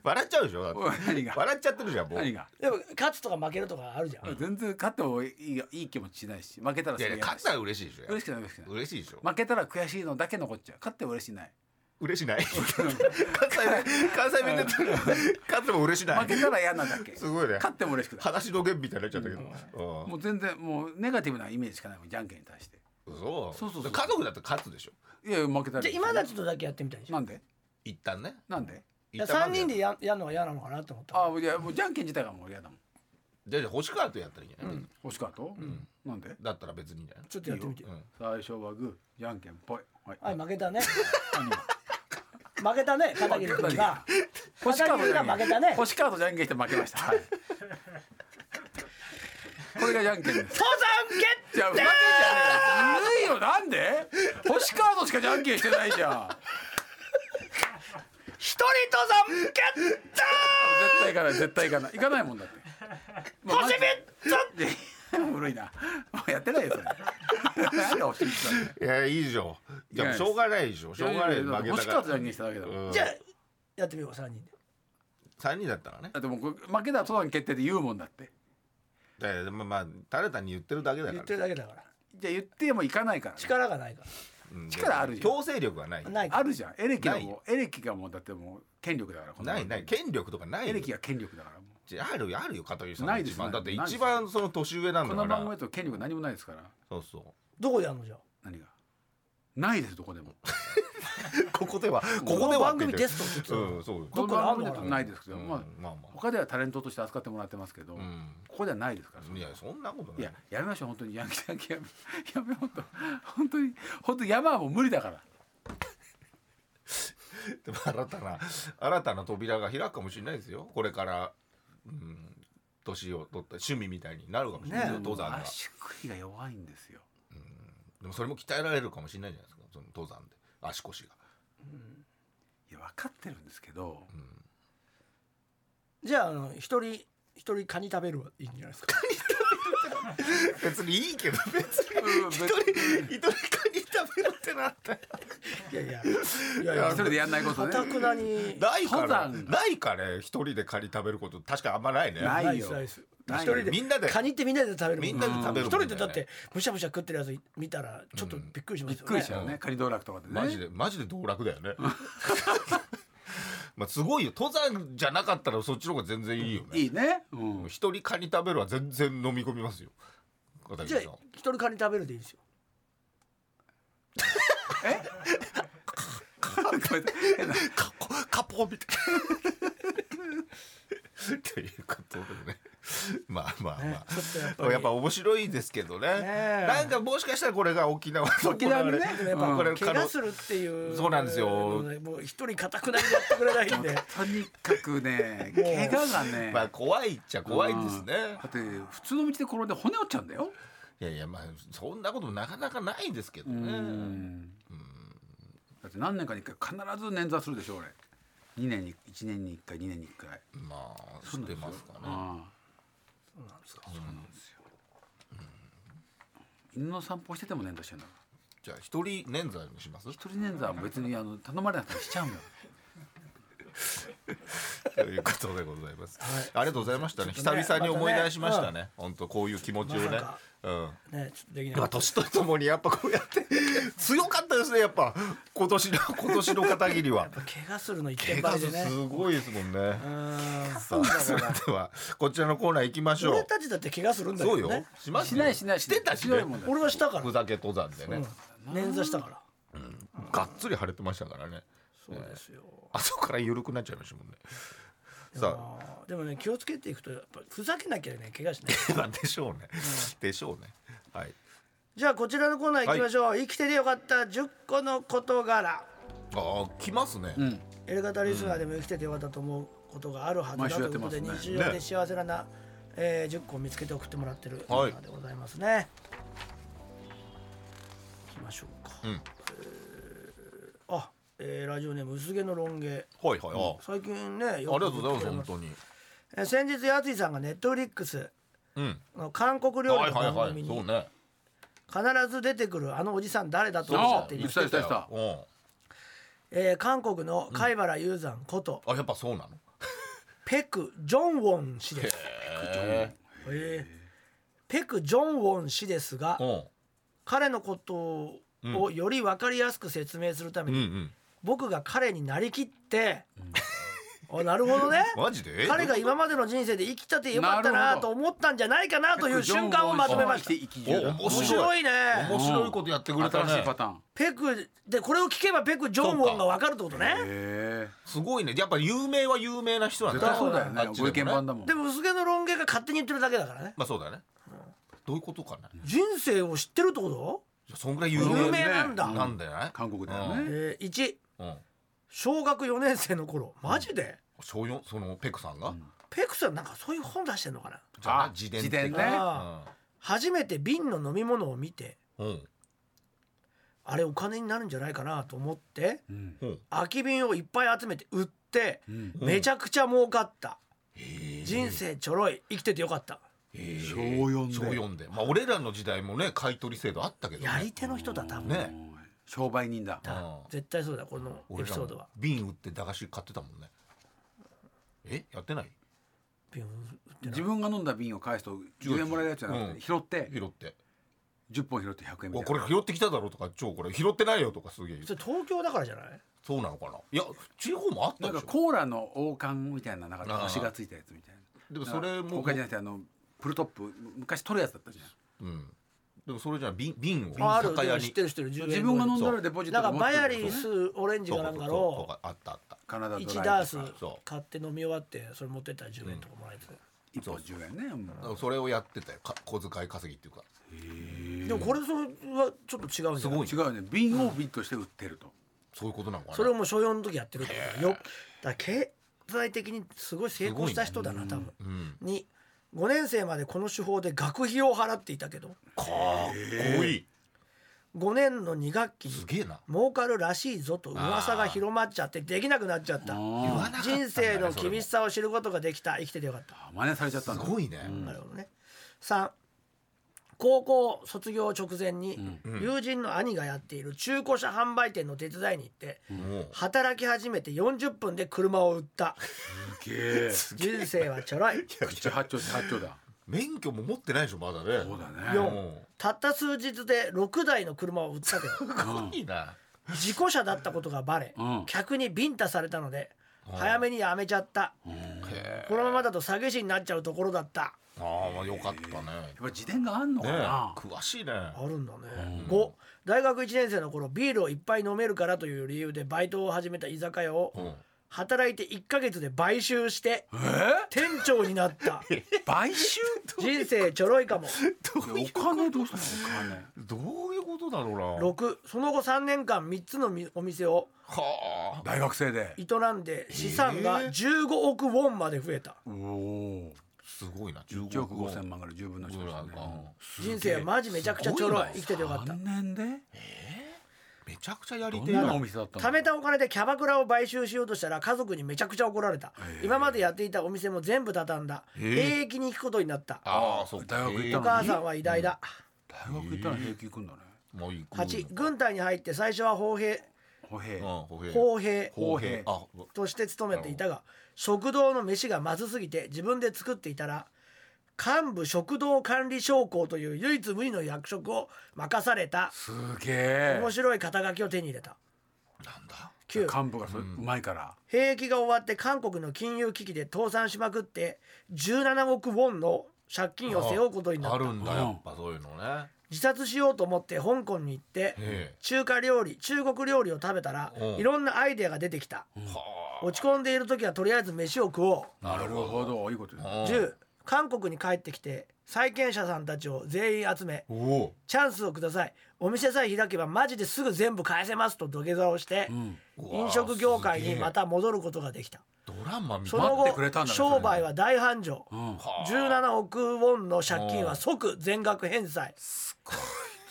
C: 笑っちゃうでしょだって
D: おい何が
C: 笑っちゃってるじゃんもう
D: 何が
B: でも勝つとか負けるとかあるじゃん
D: 全然勝ってもいいいい気持ちしないし負けたら
C: い
D: す
C: やいや
D: ぐ嫌だ
C: 勝っ
D: した
C: ら嬉しいでしょ
D: 嬉しくない嬉しくない
C: 嬉しいでしょ
D: 負けたら悔しいのだけ残っちゃう勝っても嬉し いない
C: 嬉しない 関西弁関西弁で言ったら勝っても嬉しな
D: 負
C: い
D: けたら嫌なだけ
C: すごいね
D: 勝っても嬉しくない
C: 話の弦みたいになっちゃったけどうん
D: もう全然もうネガティブなイメージしかないもんじゃんけんに対して
C: そう
D: そうそうそう
C: 家族だって勝つでしょ
D: いやいや負けたら
B: じゃあ今だちょっとだけやってみたいでしょ
D: なんで
C: 一旦ね
D: なんで
C: 一
B: 3
C: 旦
B: 人
C: なんだ
B: でや
C: よ
B: やるのが嫌なのかなと思った
D: ああいやもうじゃんけん自体がもう嫌だもん
C: じゃあじゃあ星川とやったらいいんじゃない
D: 星川と、なんで
C: だったら別にいいんじゃない
B: ちょっとやってみて
C: うん
D: 最初はグーじゃんけんぽい、はい
B: はい負けたね負けたね片桐君が
D: 星川
B: 片桐が負けたね
D: 星川とじゃんけんして負けました はいこれがじゃんけんで
B: 登
D: す
B: 山ゲッ
D: じゃあ負けじゃねえよずるいよなんで星川としかじゃんけんしてないじゃん
B: 一人登山ゲット
D: 絶対行かない絶対行かない行かないもんだってまあ
B: 星ビット
D: いや古いなもうやってないよそれなんで星光さん
C: いやいいでしょじゃあ
D: いや
C: しょうがないでしょしょうがない負け
D: 星
C: たか
D: 川とじゃんけんしただけだもん
C: らうん
B: じゃあやってみよう3人で
C: 三人だったらね
D: だってもうこれ負けたら登山決定で言うもんだって
C: だからまあまあただ単に言ってるだけだか
B: 言っ
C: ら
B: てるだけだから
D: じゃあ言っても行かないからね、
B: 力がないか
C: うん
D: 力あるじゃん
C: 強制力はない
B: らないか
D: あ
B: ら
D: るじゃんエレキが
C: ない
D: もうエレキがもうだってもう権力だからこん
C: ないない権力とかない
D: エ
C: よ
D: レキが権力だからもう
C: あるよあるよ片桐さん
D: ないです
C: 一番だって
D: ないです
C: 一番その年上なん
D: こ
C: だ
D: の
C: か
D: 番組
C: ら
D: だと権力何もないですから
C: そうそ
B: どこでやるのじゃあ
D: 何がないですどこでも
C: うここではここ
B: こ
C: で
B: の
C: は
B: 番組テストって言ってた
C: うんそう
B: ど
D: この
B: こであ
D: 番
B: んのか
D: 組だ
B: な
D: とないですけど、
C: うん
D: まあ
C: まあまあ
D: 他ではタレントとして扱ってもらってますけど、
C: うん
D: ここではないですからそん
C: い
D: な
C: やそんなことない
D: いややめましょう本当にヤンキーヤンキーやめやめようと本当に本当に山はもう無理だから
C: でも新たな新たな扉が開くかもしれないですよこれから、うん、年を取った趣味みたいになるかもしれないよ、
B: ね
C: 登山が
D: 足首が弱いんですよ
C: でもそれも鍛えられるかもしれないじゃないですかその登山で足腰が
D: いや分かってるんですけど、
B: じゃああの一人一人カニ食べるはいいんじゃない ですか
C: 別にいいけど別に
D: うん別に
C: 一人カニ食べるってなって
B: いやいやいやいや
D: 一人でやんないこと
B: か
D: ね
B: たくなに
C: ないから
D: 登山
C: ないかね一人でカニ食べること確かあんまないね
D: ない
B: ナイ
D: よ
B: スナイス
D: ない
B: 一人で
C: みんなで
B: カニってみんなで食べるもん
C: みんなで食べる
B: 一
C: もんね
B: 人でだってむしゃむしゃ食ってるやつ見たらちょっとびっくりしま
D: びっ
B: すよね
D: くりしたよね仮道楽とかでね
C: マジでマジで道楽だよね まあすごいよ登山じゃなかったらそっちの方が全然いいよね
D: いいね、う ん、
C: 一人カニ食べるは全然飲み込みますよ片
B: じゃ
C: 桐
B: あ
C: さん
B: 一人カニ食べるでいいですよ
D: え変な
C: カポカポみたい な。ということでね。まあまあまあ。
B: ちょっとやっぱ
C: やっぱ面白いですけどね。
B: え
C: なんかもしかしたらこれが沖縄の
D: 沖縄でね
C: 行われ
B: やっぱ
C: これ
B: 怪我するっていう
C: そうなんですよ
B: のねもう一人かたくなにやってくれないん で
D: とにかくね怪我がね、
C: まあ怖いっちゃ怖いですね。
D: だって普通の道で転んで骨折っちゃうんだよ、
C: いやいやまあそんなことなかなかないですけど
D: う
C: ね。
D: んだって何年かに一回必ず捻挫するでしょ俺2年に1年に1回2年に1回
C: まあしてますかね。
D: ああ犬の散歩してても捻挫してんだから
C: じゃあ一人捻挫にします。
D: 一人捻挫は別にあの頼まれなくてもしちゃうんだよ
C: ということでございます。ありがとうございましたね。久々に思い出しましたね。本当こういう気持ちを
B: ま
C: ね
B: さか。
C: うん。
B: ねちょっとできない
C: やっぱ年とともにやっぱこうやって強かったですねやっぱ今年 の今年の片桐は
B: 怪我するの一
C: 怪
B: 点張
C: 我
B: りでね
C: すごいですもんね
B: うん
C: さあそれではこちらのコーナー行きましょ
B: 俺
C: う
B: たちだって怪我するんだけ
C: そう
B: ど
C: よ
B: ね
C: します
D: し
C: よ
D: ないしない
C: してたし
D: 強
C: ね
D: いもんだよ
B: 俺はしたから
C: ふざけ登山でね
B: 捻挫したから
C: がっつり腫れてましたからね
B: そうですよ
C: あそこから緩くなっちゃいましたもんねさ
B: あーでもね気をつけていくとやっぱふざけなきゃね怪我しない
C: あまあでしょうねでしょうねはい
B: じゃあこちらのコーナー行きましょう、生きててよかった10個の事柄
C: ああ来ますね
D: うん
B: エレガタリスナーでも生きててよかったと思うことがあるはずだ
D: 毎週
B: とい
D: やっ
B: う
D: て
B: こ
D: ま
B: と
D: す
B: で、
D: ね
B: 日常で幸せなな、えー、10個を見つけて送ってもらってるコ
C: はい
B: ーナーでございますね。行きましょうか。
C: ん
B: えーあ、えーラジオネーム薄毛のロン毛
C: はいはいあ
B: 最近ね
C: あありがとうございます本当
B: に、
C: に
B: えー先日やついさんがネットフリックス
C: うん
B: の韓国料
C: は
B: 理
C: い
B: の
C: はい
B: 番
C: は
B: 組
C: い
B: に
C: そうね
B: 必ず出てくるあのおじさん誰だとおっしゃ
D: あ
B: ってい
D: 行
B: ま
D: き
B: す、
D: たい行きたい行きたい
C: うん
B: えー韓国の貝原雄山こと
C: あやっぱそうなの
B: ペク・ジョンウォン氏です。
C: へ
B: えーペク・ジョンウォン氏ですが
C: えうん
B: 彼のことをより分かりやすく説明するため
C: うんう
B: に、
C: ん
B: 僕が彼になりきって、あなるほどね
C: マジで
B: 彼が今までの人生で生きたてよかった
D: なる
B: な
D: ほど
B: と思ったんじゃないかなという瞬間をまとめました
D: ジョンウォン氏
C: お
D: は
B: 面白
D: 生きて生きてる
B: いね
C: 面白いことやってくれた
D: 新しい
C: ね
D: パターン
B: ペクでこれを聞けばペク・ジョンウォンが分かるってことね
D: へえ
C: すごいねやっぱ有名は有名な人なん
D: 絶
C: だ
D: 対そうだよ
C: あ
D: ね
C: っちでも
D: ご意見番だもん
B: でも薄毛の論言が勝手に言ってるだけだからね
C: まあそうだよねどういうことかね
B: 人生を知ってるってこと
C: いやそんぐらい有
B: 有名
C: 名
B: なんだ、
C: なんだよね
D: 韓国だよね
B: えー、1
C: うんうん
B: 小学4年生の頃マジで、
C: 小四そのペクさんが
B: ペクさんなんかそういう本出してんのかな
C: じゃあ
D: あ
C: 自伝的
D: 自伝ね
B: あ初めて瓶の飲み物を見て
C: うんうん
B: あれお金になるんじゃないかなと思って
D: うん
C: うん
B: 空き瓶をいっぱい集めて売ってめちゃくちゃ儲かった人生ちょろい生きててよかった
D: 小四で
C: 小四でまあ俺らの時代もね買い取り制度あったけどね
B: やり手の人だ多分
C: ね
D: 商売人だ
C: うん
B: 絶対そうだこのエ
C: 俺
B: ピ
C: ら
B: ソ
C: も
B: ードは
C: 瓶売って駄菓子買ってたもんねえやってない
B: 瓶を売って
D: 自
B: ない
D: 分が飲んだ瓶を返すと10円もらえるやつじゃなく
C: うん
D: て拾って
C: 拾って
D: 10本拾って100円み
C: お
D: た
C: こ
D: い
C: れ拾ってきただろうとか超これ拾ってないよとかすげえ言う
B: それ東京だからじゃない
C: そうなのかないや地方もあっ
D: なな
C: た
D: ん
C: で
D: か
C: しょ
D: コーラの王冠みたいななんか足がついたやつみたいな
C: でもそれも
D: 王冠じゃなくてあのプルトップ昔取るやつだったじゃん
C: うんでもそれじゃあ瓶瓶を
B: ある
C: 酒屋に
B: 知ってる知ってる10円
D: 自分が飲んだ
C: そ
D: ら
C: う
D: デポジッ
B: な
D: ト
B: んか
D: で持っ
B: バ
D: て
B: イア
D: る
B: リー
D: ことね
B: スオレンジ
C: そう
B: か
C: そ
B: な
C: うん
B: か
C: そうと
B: の
C: かあったあった
D: カナダドライと
B: 1
D: か
B: ダース
C: そう
B: 買って飲み終わってそれ持ってったら10円とかもらえて
D: 一本10円ねうん
C: だからそれをやってたよか小遣い稼ぎっていうか
B: でもこれそれはちょっと違うんじゃない
D: 違うよね瓶を瓶として売ってると
C: そういうことなのかな
B: それをもう小4の時やってるってことよだから経済的にすごい成功した人だな、多分、
C: うん
B: に5年生までこの手法で学費を払っていたけど
C: かっこいい
B: 5年の2学期に
C: すげえな
B: 儲かるらしいぞと噂が広まっちゃってできなくなっちゃった
C: 言わなかったんだよね
B: 人生の
C: それも
B: 厳しさを知ることができた生きててよかった
D: あ真似されちゃった
C: す
D: んだ
C: ごいね
B: なるほどね。三、高校卒業直前に友人の兄がやっている中古車販売店の手伝いに行って
C: もう
B: 働き始めて40分で車を売った
D: すげえ
B: 人生はちょろい
D: 口八丁って八丁だ
C: 免許も持ってないでしょまだね
D: そうだ
C: う
D: ね
C: ん
B: たった数日で6台の車を売ったけど
C: かっこいいな
B: 事故車だったことがバレ、
D: うん
B: 客にビンタされたので早めにやめちゃった、
C: へ
B: このままだと詐欺師になっちゃうところだった
C: ーああまあよかったね
D: やっぱ自伝があんのか
C: ね
D: な、
C: 詳しいね
B: あるんだね、5大学1年生の頃ビールをいっぱい飲めるからという理由でバイトを始めた居酒屋を
C: うん
B: 働いて1ヶ月で買収して
D: え
B: 店長になった
D: ー、買収
B: 人生ちょろいかも
D: お金どうしたのお金
C: どういうことだろうな
B: 6その後3年間3つのみお店を
C: は
D: 大学生で
B: 営んで資産が15億ウォンまで増えた、
D: おお
C: あすごいな
D: 1
C: 15
D: 億
C: 億
D: 5千万から10分の1
C: ぐ
D: で
C: らい
D: すね
C: か
B: 人生マジめちゃくちゃちょろい生きててよかった
D: 3年で
C: めちゃくちゃやり
D: ど
C: て
D: ん
C: えな
D: なお店だったの
B: 貯めたお金でキャバクラを買収しようとしたら家族にめちゃくちゃ怒られた、今までやっていたお店も全部畳んだ
C: えー
B: 兵役に行くことになった
C: ああそうか
D: 大学行
B: お
D: ったの
B: 母さんは偉大だ、
D: 大学行ったら平気行くんだね
C: もう行く
B: 8軍隊に入って最初は砲兵
D: 歩兵
C: うん歩兵
B: 砲兵
C: 砲兵あ
B: として勤めていたが食堂の飯がまずすぎて自分で作っていたら幹部食堂管理将校という唯一無二の役職を任された
D: すげえ
B: 面白い肩書きを手に入れた
C: なんだ
B: 9
D: 幹部がそれうまいから
B: 兵役が終わって韓国の金融危機で倒産しまくって17億ウォンの借金を背負うことにな
C: あ
B: っ
C: あ
B: た
C: るんだやっぱそういうのね
B: 自殺しようと思って香港に行って
C: え
B: 中華料理中国料理を食べたら
C: うん
B: いろんなアイデアが出てきた
C: は
B: 落ち込んでいる時はとりあえず飯を食おう
D: なるほどいいこと言う
C: あ
B: 10韓国に帰ってきて債権者さんたちを全員集め
C: おお
B: チャンスをくださいお店さえ開けばマジですぐ全部返せますと土下座をして
D: ん
B: 飲食業界にまた戻ることができた
C: ドラマみた
B: そ
C: いな
B: の
D: 待ってくれた
B: 後
D: んだね
B: 商売は大繁盛
D: ん
B: 17億ウォンの借金は即全額返済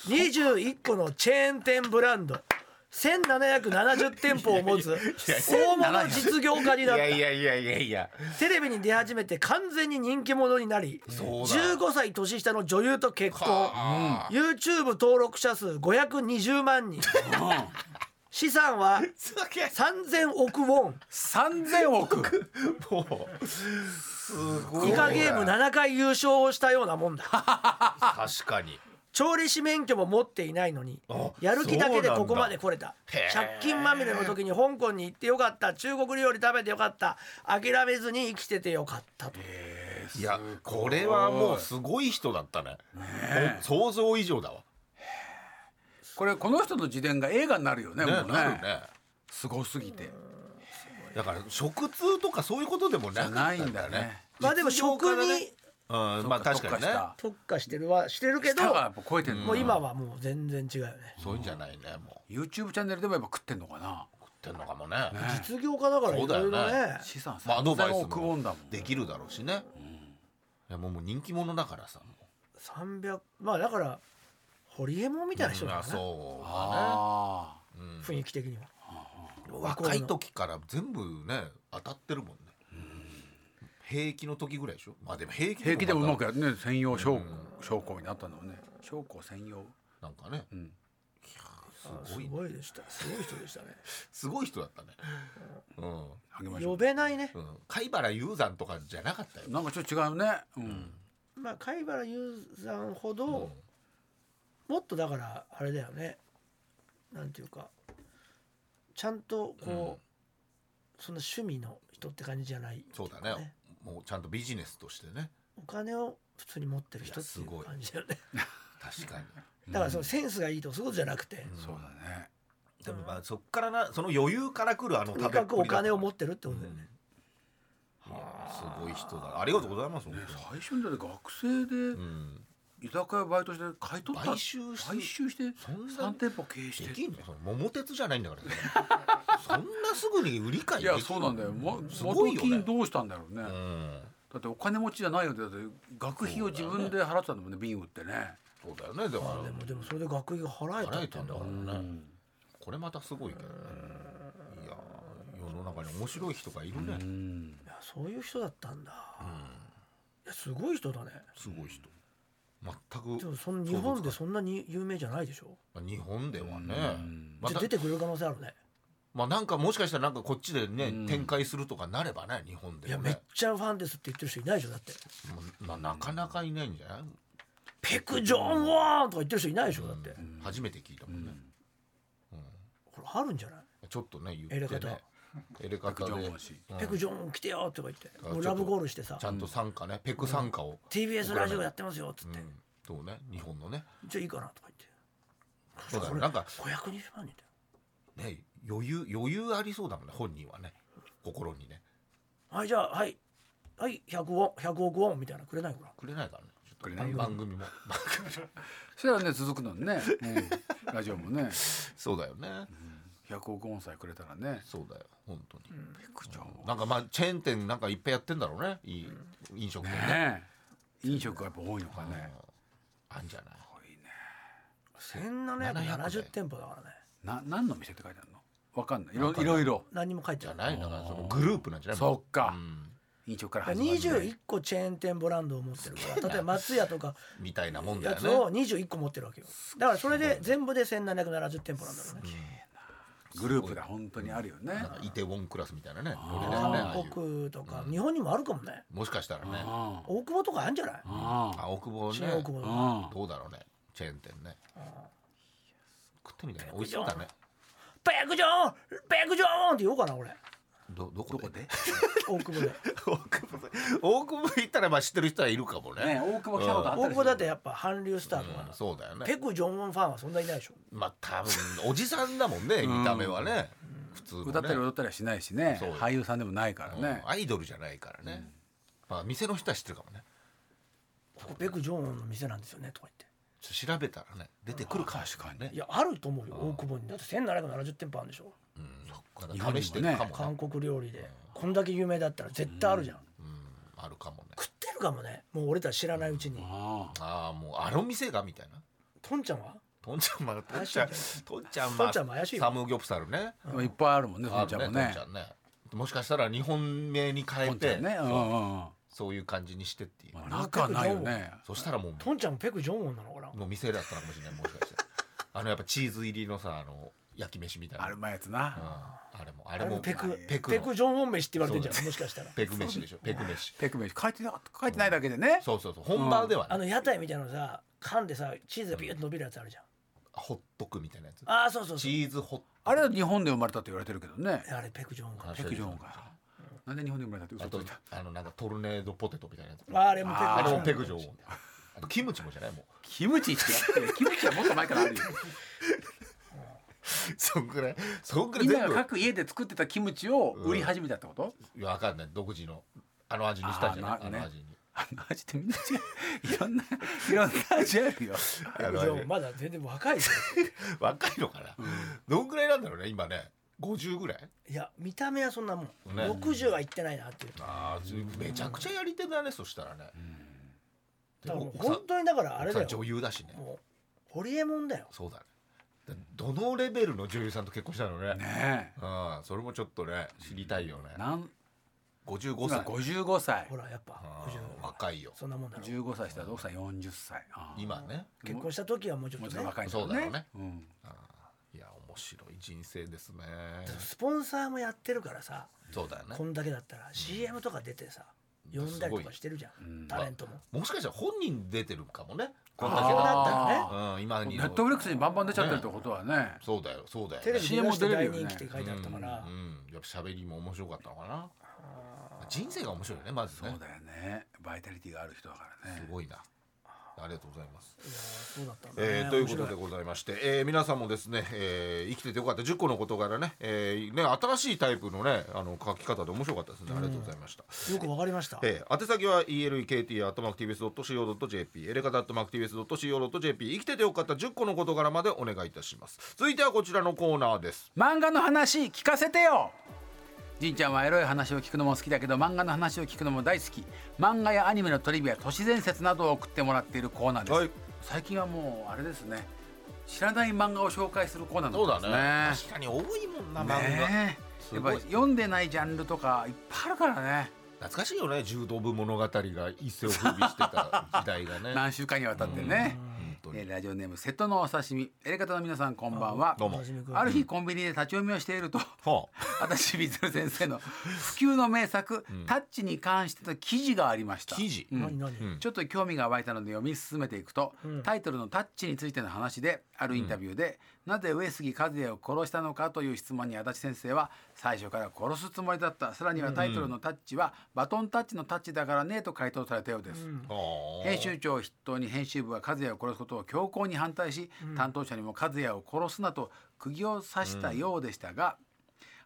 B: 21個のチェーン店ブラ ンド1770店舗を持つ大物実業家に
C: い
B: なっ
C: やい
B: た
C: やいやいやいや
B: テレビに出始めて完全に人気者になり
C: そうだ
B: 15歳年下の女優と結婚
C: は
B: YouTube 登録者数520万人資産は
C: すげえ
B: 3000億ウォン
D: 3000億
C: もうすごい
B: イカゲーム7回優勝をしたようなもんだ
C: 確かに
B: 調理師免許も持っていないのに
C: あ
B: やる気だけでここまで来れた
C: そうなんだ
B: 借
C: へー
B: 金まみれの時に香港に行ってよかった中国料理食べてよかった諦めずに生きててよかったと
C: いやこれはもうすごい人だったねお想像以上だわ
D: これこの人の自伝が映画になるよね
C: ね
D: もう
C: なる
D: ね
C: ね
D: すごすぎて
C: だから食通とかそういうことでもなかった
D: ないんだね
B: まあでも食に
C: うん まあ確かにね
B: 特化してるはしてるけ
D: け
B: ど
D: どやっぱ超えてんの
B: もう今はもう全然違うよね
C: そういうんじゃないねも
D: YouTube チャンネルでもやっぱ食ってんのかな
C: う食ってんのかもね
B: 実業家だから
C: そう
B: い
C: だ
B: ろ
C: よ
B: い
C: ね
B: ろね
D: 資産
C: まあアドバイ
D: 3000
C: ス
D: 億ウォンだ
C: も
D: もん
C: できるだろうしねいやもうもう人気者だからさもう
B: 300まあだからホリエモンみたいな人だ
C: まあ
B: よね
C: そうだね
D: ああ
B: 雰囲気的には
C: 若い時から全部ね当たってるもんね平気の時ぐらいでしょまあでも平気
D: 平気でもうま
C: く
D: くやるね専用将将校になったんだもんね将校専用
C: なんかね
D: ん
C: いや
B: あ
C: す
B: す
C: ごい
B: ごいでしたすごい人でしたね
C: すごい人だったねうん
D: あげましょ
B: 呼べないね
C: うん貝原雄山とかじゃなかったよ
D: うなんかちょっと違うねうん
B: まあ貝原雄さんほど、もっとだからあれだよねなんていうかちゃんとこう、そんな趣味の人って感じじゃない
C: そうだねもうちゃんとビジネスとしてね
B: お金を普通に持ってる人
C: いや
B: って
C: す
B: い
C: ご
B: う
C: い
B: 感じだよね
C: 確かに
B: だからそのセンスがいいとかそういうことじゃなくて、
D: そうだね
C: でもまあそっからなその余裕から来るあの
B: とに
C: 食べ
B: か
C: っぷ
B: く
C: り
B: お
C: だから
B: 金を持ってるってことだよね、
C: いやすごい人だありがとうございます本
D: 最初にだって学生
C: 当
D: で
C: にうん
D: 居酒屋バイトして買い取った
C: 買収して
D: 買収して
C: そんな
D: 3店舗経営し
C: で
D: て
C: きんのその桃鉄じゃないんだからそんなすぐに売り買い
D: い
C: でき
D: やそうなんだよも
C: すごい
D: 元
C: よね
D: 金どうしたんだろうね
C: うん
D: だってお金持ちじゃないよねだって学費を自分で払ってたんだもんね瓶売ってね
C: そうだよねだか
B: でもでもそれで学費が払え
C: ら
B: た
C: 払え
B: って
C: た
B: いうんんだ
C: だ
B: か
C: かららねこれまたすごいけどねいやー世の中に面白い人がいるね
D: うん
B: いやそういう人だったんだ、いやすごい人だね
C: すごい人全
B: で
C: く
B: もその日本でそんなに有名じゃないでしょ
C: まあ日本ではね
D: うん
C: ま
B: じゃ
C: た
B: あ出てくれる可能性あるね
C: まあなんかもしかしたらなんかこっちでね、
D: うん
C: 展開するとかなればね日本
B: い
C: で
B: や
C: も
B: めっ
C: ね
B: ちゃファンですって言ってる人いないでしょだって
C: もうななかなかいないんじゃない、
B: ペク・ジョン・ウォンとか言ってる人いないでしょだって
C: うん初めて聞いたもんね、
B: これあるんじゃない
C: ちょっとね言
B: エレ
C: っ
B: カ
C: て
B: タ
C: ねエレカタ
D: 白
C: で
D: 状もし
C: うん
B: ペク・ジョン来てよとか言って
C: あ
B: もうラブゴールしてさ
C: ちゃんと参加ねペク参加を、
B: TBS ラジオやってますよっつって
C: うんそうね日本のね
B: じゃあいいかなとか言って
C: そうだ
B: これ
C: ねなんか
B: 520万人だよ
C: ね余裕余裕ありそうだもんね本人はね心にね
B: はいじゃあはいはい100ウォン100億ウォンみたいなのくれないかな
C: くれないからねちょっと
D: くれないよ
C: 番組も
D: それはね続くのにね、うんラジオもね
C: そうだよね、
D: 100億音さえくれたらね
C: そうだよ本当に、
D: ペクちゃんは
C: なんかまあチェーン店なんかいっぱいやってんだろうねいい飲食店ね
D: ねえ飲食がやっぱ多いのかね
C: あんじゃない
D: 多いね
B: 1770店舗だからね
D: な何の店って書いてあるのわかんないい
C: わ
D: ろ
C: かん
D: い
C: ない
D: ろいろ
B: 何も書いて
C: じゃ
B: ない
C: ないだからそのグループなんじゃない
D: そっか
C: うん
D: 飲食から始まるぐらい
B: 21個チェーン店ブランドを持ってる から例えば松屋とか
C: みたいなもんだ
B: や
C: よ
B: つ
C: ね
B: を21個持ってるわけよだからそれで全部で1770店舗なんだろうね
D: グループが本当にあるよね
C: なんかイテウォンクラスみたいなねノリだよねああい
B: 韓
C: う
B: 国とか日本にもあるかもね
C: もしかしたらね
D: あ
B: 大久保とかあるんじゃない
D: あ
C: あ大久保ね
B: 新大久保とか
D: あ
C: どうだろうねチェーン店ね食ってみたいな美味しそうだね
B: ペクジョンペクジョンって言おうかな俺
C: どどこで
D: どこでね
B: 大 久保で
C: 大久保大久保行ったらまあ知ってる人はいるかもね
D: 大久保来たことあったりする
B: 大久保だってやっぱ韓流スターと
C: うん
B: か
C: そうだよ
B: ペ
C: ね
B: クジョンウォンファンはそんなにいないでしょ
C: まあ多分おじさんだもんね見た目はね普通のね
D: 歌ったり踊ったりはしないしね
C: そう
D: 俳優さんでもないからね
C: うんアイドルじゃないからね、まあ店の人は知ってるかもね
B: ここペクジョンウォンの店なんですよねとか言っ
C: ちょっと調べたらね出てくるかもしれない
D: 確か
C: ね
B: ていやあると思うよ大久保にだって1770店舗あるんでしょ
C: うんなんか試してるかもね
B: 韓国料理でこんだけ有名だったら絶対あるじゃん
C: うんあるかもね
B: 食ってるかもねもう俺たち知らないうちに
D: あ
C: ああもうあの店がみたいな
B: とんちゃんは
C: とんちゃんまあとん
B: 怪しい
C: ちゃんとんちゃんまあ
B: とんちゃんも怪しいよ
C: サムギョプサルね
D: あいっぱいあるもんねそ
C: あ
D: の
C: る
D: ちゃんも
C: とん
D: ね
C: ちゃんねもしかしたら日本名に変
D: と
C: え
D: んちゃ
C: て
D: んねうんうんうん
C: そういう感じにしてっていう
D: まあ仲はないよね
C: そしたらも
B: と
C: うん
B: ちゃんもペクジョンウォンなのかな
C: の店だったのかもしれないもしかしたらあのやっぱチーズ入りのさあの焼き飯みたいな
D: ある
C: うん
D: まいやつな
C: あれもあ
B: あ
C: れ
B: れも
C: も
B: ペクペ
C: ペクの
B: クジョンウォン飯って言われてんじゃんもしかしたら
C: ペク飯でしょペク飯
D: ペクメン書いてなかった書いてないだけでね
C: そうそうそう本場では
B: あの
C: ね
B: 屋台みたいなのさ噛んでさチーズがビュッと伸びるやつあるじゃん
C: ほっとくみたいなやつ
B: ああそうそうそ
C: チ
B: う
C: ーズホッ
D: あれは日本で生まれたって言われてるけどね
B: あれペクジョンウォンか
C: あ
B: な
D: ペクジョンがなんで日本で生まれたって
C: あと
D: 嘘ついた
C: あのなんかトルネードポテトみたいなやつ
B: あれもペクジョン
C: あ
D: あ
C: れ
D: れ
C: も
D: も
C: ペクジョンあとキムチもじゃ ないもう
D: キムチってや ってるキムチはもっと前からあるよ
C: そんくらいそんくらい
D: 今
C: 全部
D: が各家で作ってたキムチを売り始めたってこと、
C: いやわかんない独自のあの味にしたんじゃない
D: あー
C: あ
D: な
C: の
D: ね
C: 味に
D: あの味ってみんな違う いろんないろんな味あるよ
C: あ
B: ペ
C: の
B: クジ
C: 味
B: ョンウォンまだ全然若いですよ
C: 若いのかなどんくらいなんだろうね今ね50ぐらい
B: いや見た目はそんなもん
C: ね
B: 60はいってないなっていう
C: ああめちゃくちゃやり手だねそしたらねで
B: だからもう
C: 奥さん
B: 本当にだからあれ
C: 奥
B: だ
C: さ
B: よ
C: ん女優だしね
B: もうホリエモンだよ
C: そうだねでどのレベルの女優さんと結婚したのね
D: ね
C: うんそれもちょっとね知りたいよね
D: えなん
C: 55
D: 今
C: 歳
D: 55歳
B: ほらやっぱ
C: あ
B: 50
C: ー若いよ
B: そんなもんだろ
D: 15歳したら奥さん40歳ああ
C: 今ね
B: 結婚した時はもうちょ
D: も
B: っ
D: うち
B: と
D: ょっ
B: ね
D: と若いんだ
C: そうだろうね
D: うん、
C: いや面白い人生ですね
B: スポンサーもやってるからさ
C: そうだよね
B: こんだけだったら CM とか出てさ呼んだりとかしてるじゃんタレントも
C: もしかしたら本人出てるかもねこんだ
B: あ
C: け
B: そう
C: だ
B: だ
C: っ
B: ったたらね
D: あ
C: らうん今に
D: ネットフリックスにバンバン出ちゃってるってことはね
C: そうだよそうだよね
B: テレビで出
D: CM
B: して
D: 出れ
B: 大
D: るよね
B: 人気って書いてあったから
C: うん、うんやっぱ喋りも面白かったのかな人生が面白いよねまず
D: そう
C: ね
D: だよねバイタリティがある人だからね
C: すごいなありがとうございます
B: いやーそうだったんだね
C: えーということ
B: 面
C: で
B: 白
C: ございまして、えー皆さんもですね、えー生きててよかった10個の事柄ね,、えーね新しいタイプのねあの書き方で面白かったですねありがとうございました、
B: いよくわかりました
C: えー、宛先は elekt.mactvs.co.jp エレカタ .mactvs.co.jp 生きててよかった10個の事柄までお願いいたします続いてはこちらのコーナーです
D: 漫画の話聞かせてよじんちゃんはエロい話を聞くのも好きだけど漫画の話を聞くのも大好き漫画やアニメのトリビア都市伝説などを送ってもらっているコーナーです、
C: はい
D: 最近はもうあれですね知らない漫画を紹介するコーナー
C: そうだ
D: なん
C: ね
D: ですね
C: 確かに多いもんな漫画、
D: ねえ
C: す
D: やっ
C: ご
D: ぱ
C: い
D: り読んでないジャンルとかいっぱいあるからね
C: 懐かしいよね柔道部物語が一世を風靡してた時代 がね
D: 何週間にわたってね、
C: 本当
D: え
C: に
D: ーラジオネーム瀬戸のお刺身エレカタの皆さんこんばんは
C: どうも
B: 真面目君
D: ある日コンビニで立ち読みをしていると
C: は
D: 足立みずる先生の不朽の名作「タッチ」に関しての記事がありました
C: 記事
D: うん
B: 何何、
C: ん
D: ちょっと興味が湧いたので読み進めていくと、
B: うん
D: タイトルの「タッチ」についての話であるインタビューで、なぜ上杉和也を殺したのかという質問に足立先生は最初から殺すつもりだったさらにはタイトルの「タッチ」はバトンタッチのタッチだからねと回答されたようです。
B: うん
C: あー
D: 編集長を筆頭に編集部は和也を殺すことを強硬に反対し、担当者にも和也を殺すなと釘を刺したようでしたが、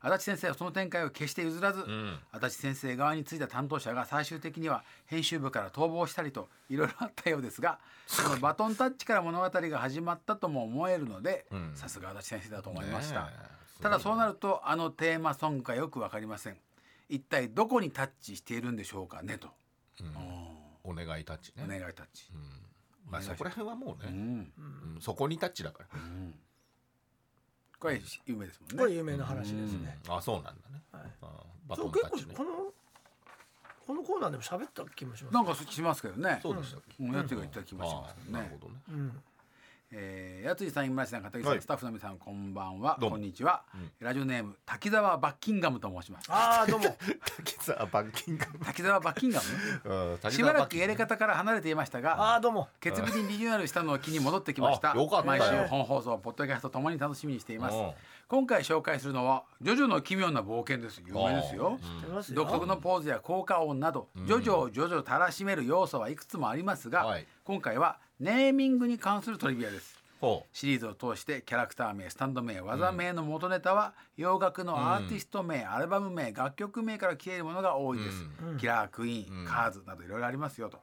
D: 足立先生はその展開を決して譲らず、
C: ん
D: 足立先生側についた担当者が最終的には編集部から逃亡したりといろいろあったようですがそのバトンタッチから物語が始まったとも思えるので
C: ん
D: さすが足立先生だと思いました。
C: ねえ
D: ただそうなるとあのテーマソングがよくわかりません。一体どこにタッチしているんでしょうかねと。
C: お願いタッチ
D: お願
C: ね
D: いタッチ。
C: まあそこら辺はもう
D: う
C: ね
D: ん
C: うんそこにタッチだから
D: これ有名ですもんね。
B: これ有名な話ですね、
C: うんあそうなんだね
B: はい
C: あーバ
B: そ
C: ト
B: う
C: ンタ
B: 結
C: ッチ
B: 構
C: ね
B: このこのコーナーでも喋った気もします
D: なんかそしますけどね。
C: そうでしたっけ
D: うんやつが言った気もしますけ
C: あ
D: ど
C: ーなる
D: ね。
C: ほどね
B: うん
D: えー、やついさん、今井さん、片桐さん、
C: はい
D: スタッフの皆さん、こんばんは。
C: どう
D: こ
C: も
D: んにちは、ラジオネーム、滝沢バッキンガムと申します。
B: ああどうも
C: 滝沢バッキンガム
D: 滝沢バッキンガム。
C: うん滝
D: しば
C: 沢
D: ら
C: バッ
D: く
C: キン
D: やり方から離れていました
B: ああ
D: が。
B: どうも
D: 決別にリニューアルしたのを機に戻ってきました。
C: あよかったよ
D: 毎週本放送、ポッドキャストともに楽しみにしています
C: うん。
D: 今回紹介するのは、ジョジョの奇妙な冒険です。有名ですよ。
B: 知ってますよ
D: 独特のポーズや効果音など徐々徐々たらしめる要素はいくつもありますが、
C: はい
D: 今回はネーミングに関するトリビアです
C: ほ
D: シリーズを通してキャラクター名スタンド名技名の元ネタは洋楽のアーティスト名、アルバム名楽曲名から来ているものが多いです、キラークイーン、カーズなどいろいろありますよと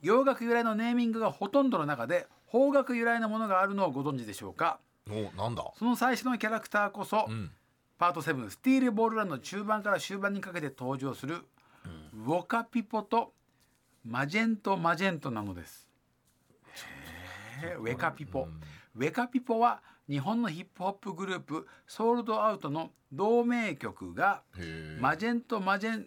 D: 洋楽由来のネーミングがほとんどの中で邦楽由来のものがあるのをご存知でしょうか
C: うおなんだ
D: その最初のキャラクターこそ、
C: ん
D: パート7スティールボールランの中盤から終盤にかけて登場する、ウォカピポとマジェントマジェントなのです。へーウェカピポ、ウェカピポは日本のヒップホップグループソールドアウトの同名曲が
C: へえ
D: マジェントマジェン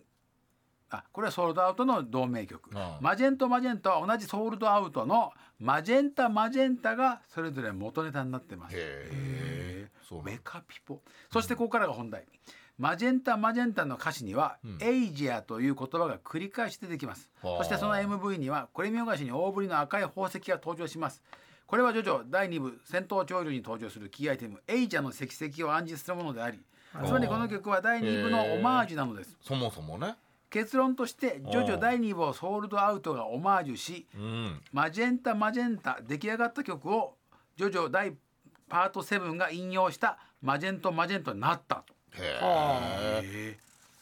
D: あこれはソールドアウトの同名曲、
C: ああ
D: マジェントマジェントは同じソールドアウトのマジェンタマジェンタがそれぞれ元ネタになってます。
C: へえそうなん
D: メ
C: だ
D: カピポそしてここからが本題、マジェンタマジェンタの歌詞には、エイジアという言葉が繰り返し出てきます
C: はあ
D: そしてその MV にはこれ見よがしに大ぶりの赤い宝石が登場しますこれはジョジョ第2部戦闘潮流に登場するキーアイテムエイジアの石石を暗示するものでありつまりこの曲は第2部のオマージュなのです
C: そもそもね
D: 結論としてジョジョ第2部をソールドアウトがオマージュし、
C: うん
D: マジェンタマジェンタ出来上がった曲をジョジョ第パート7が引用したマジェントマジェントになったと。
C: へ
B: あ
C: え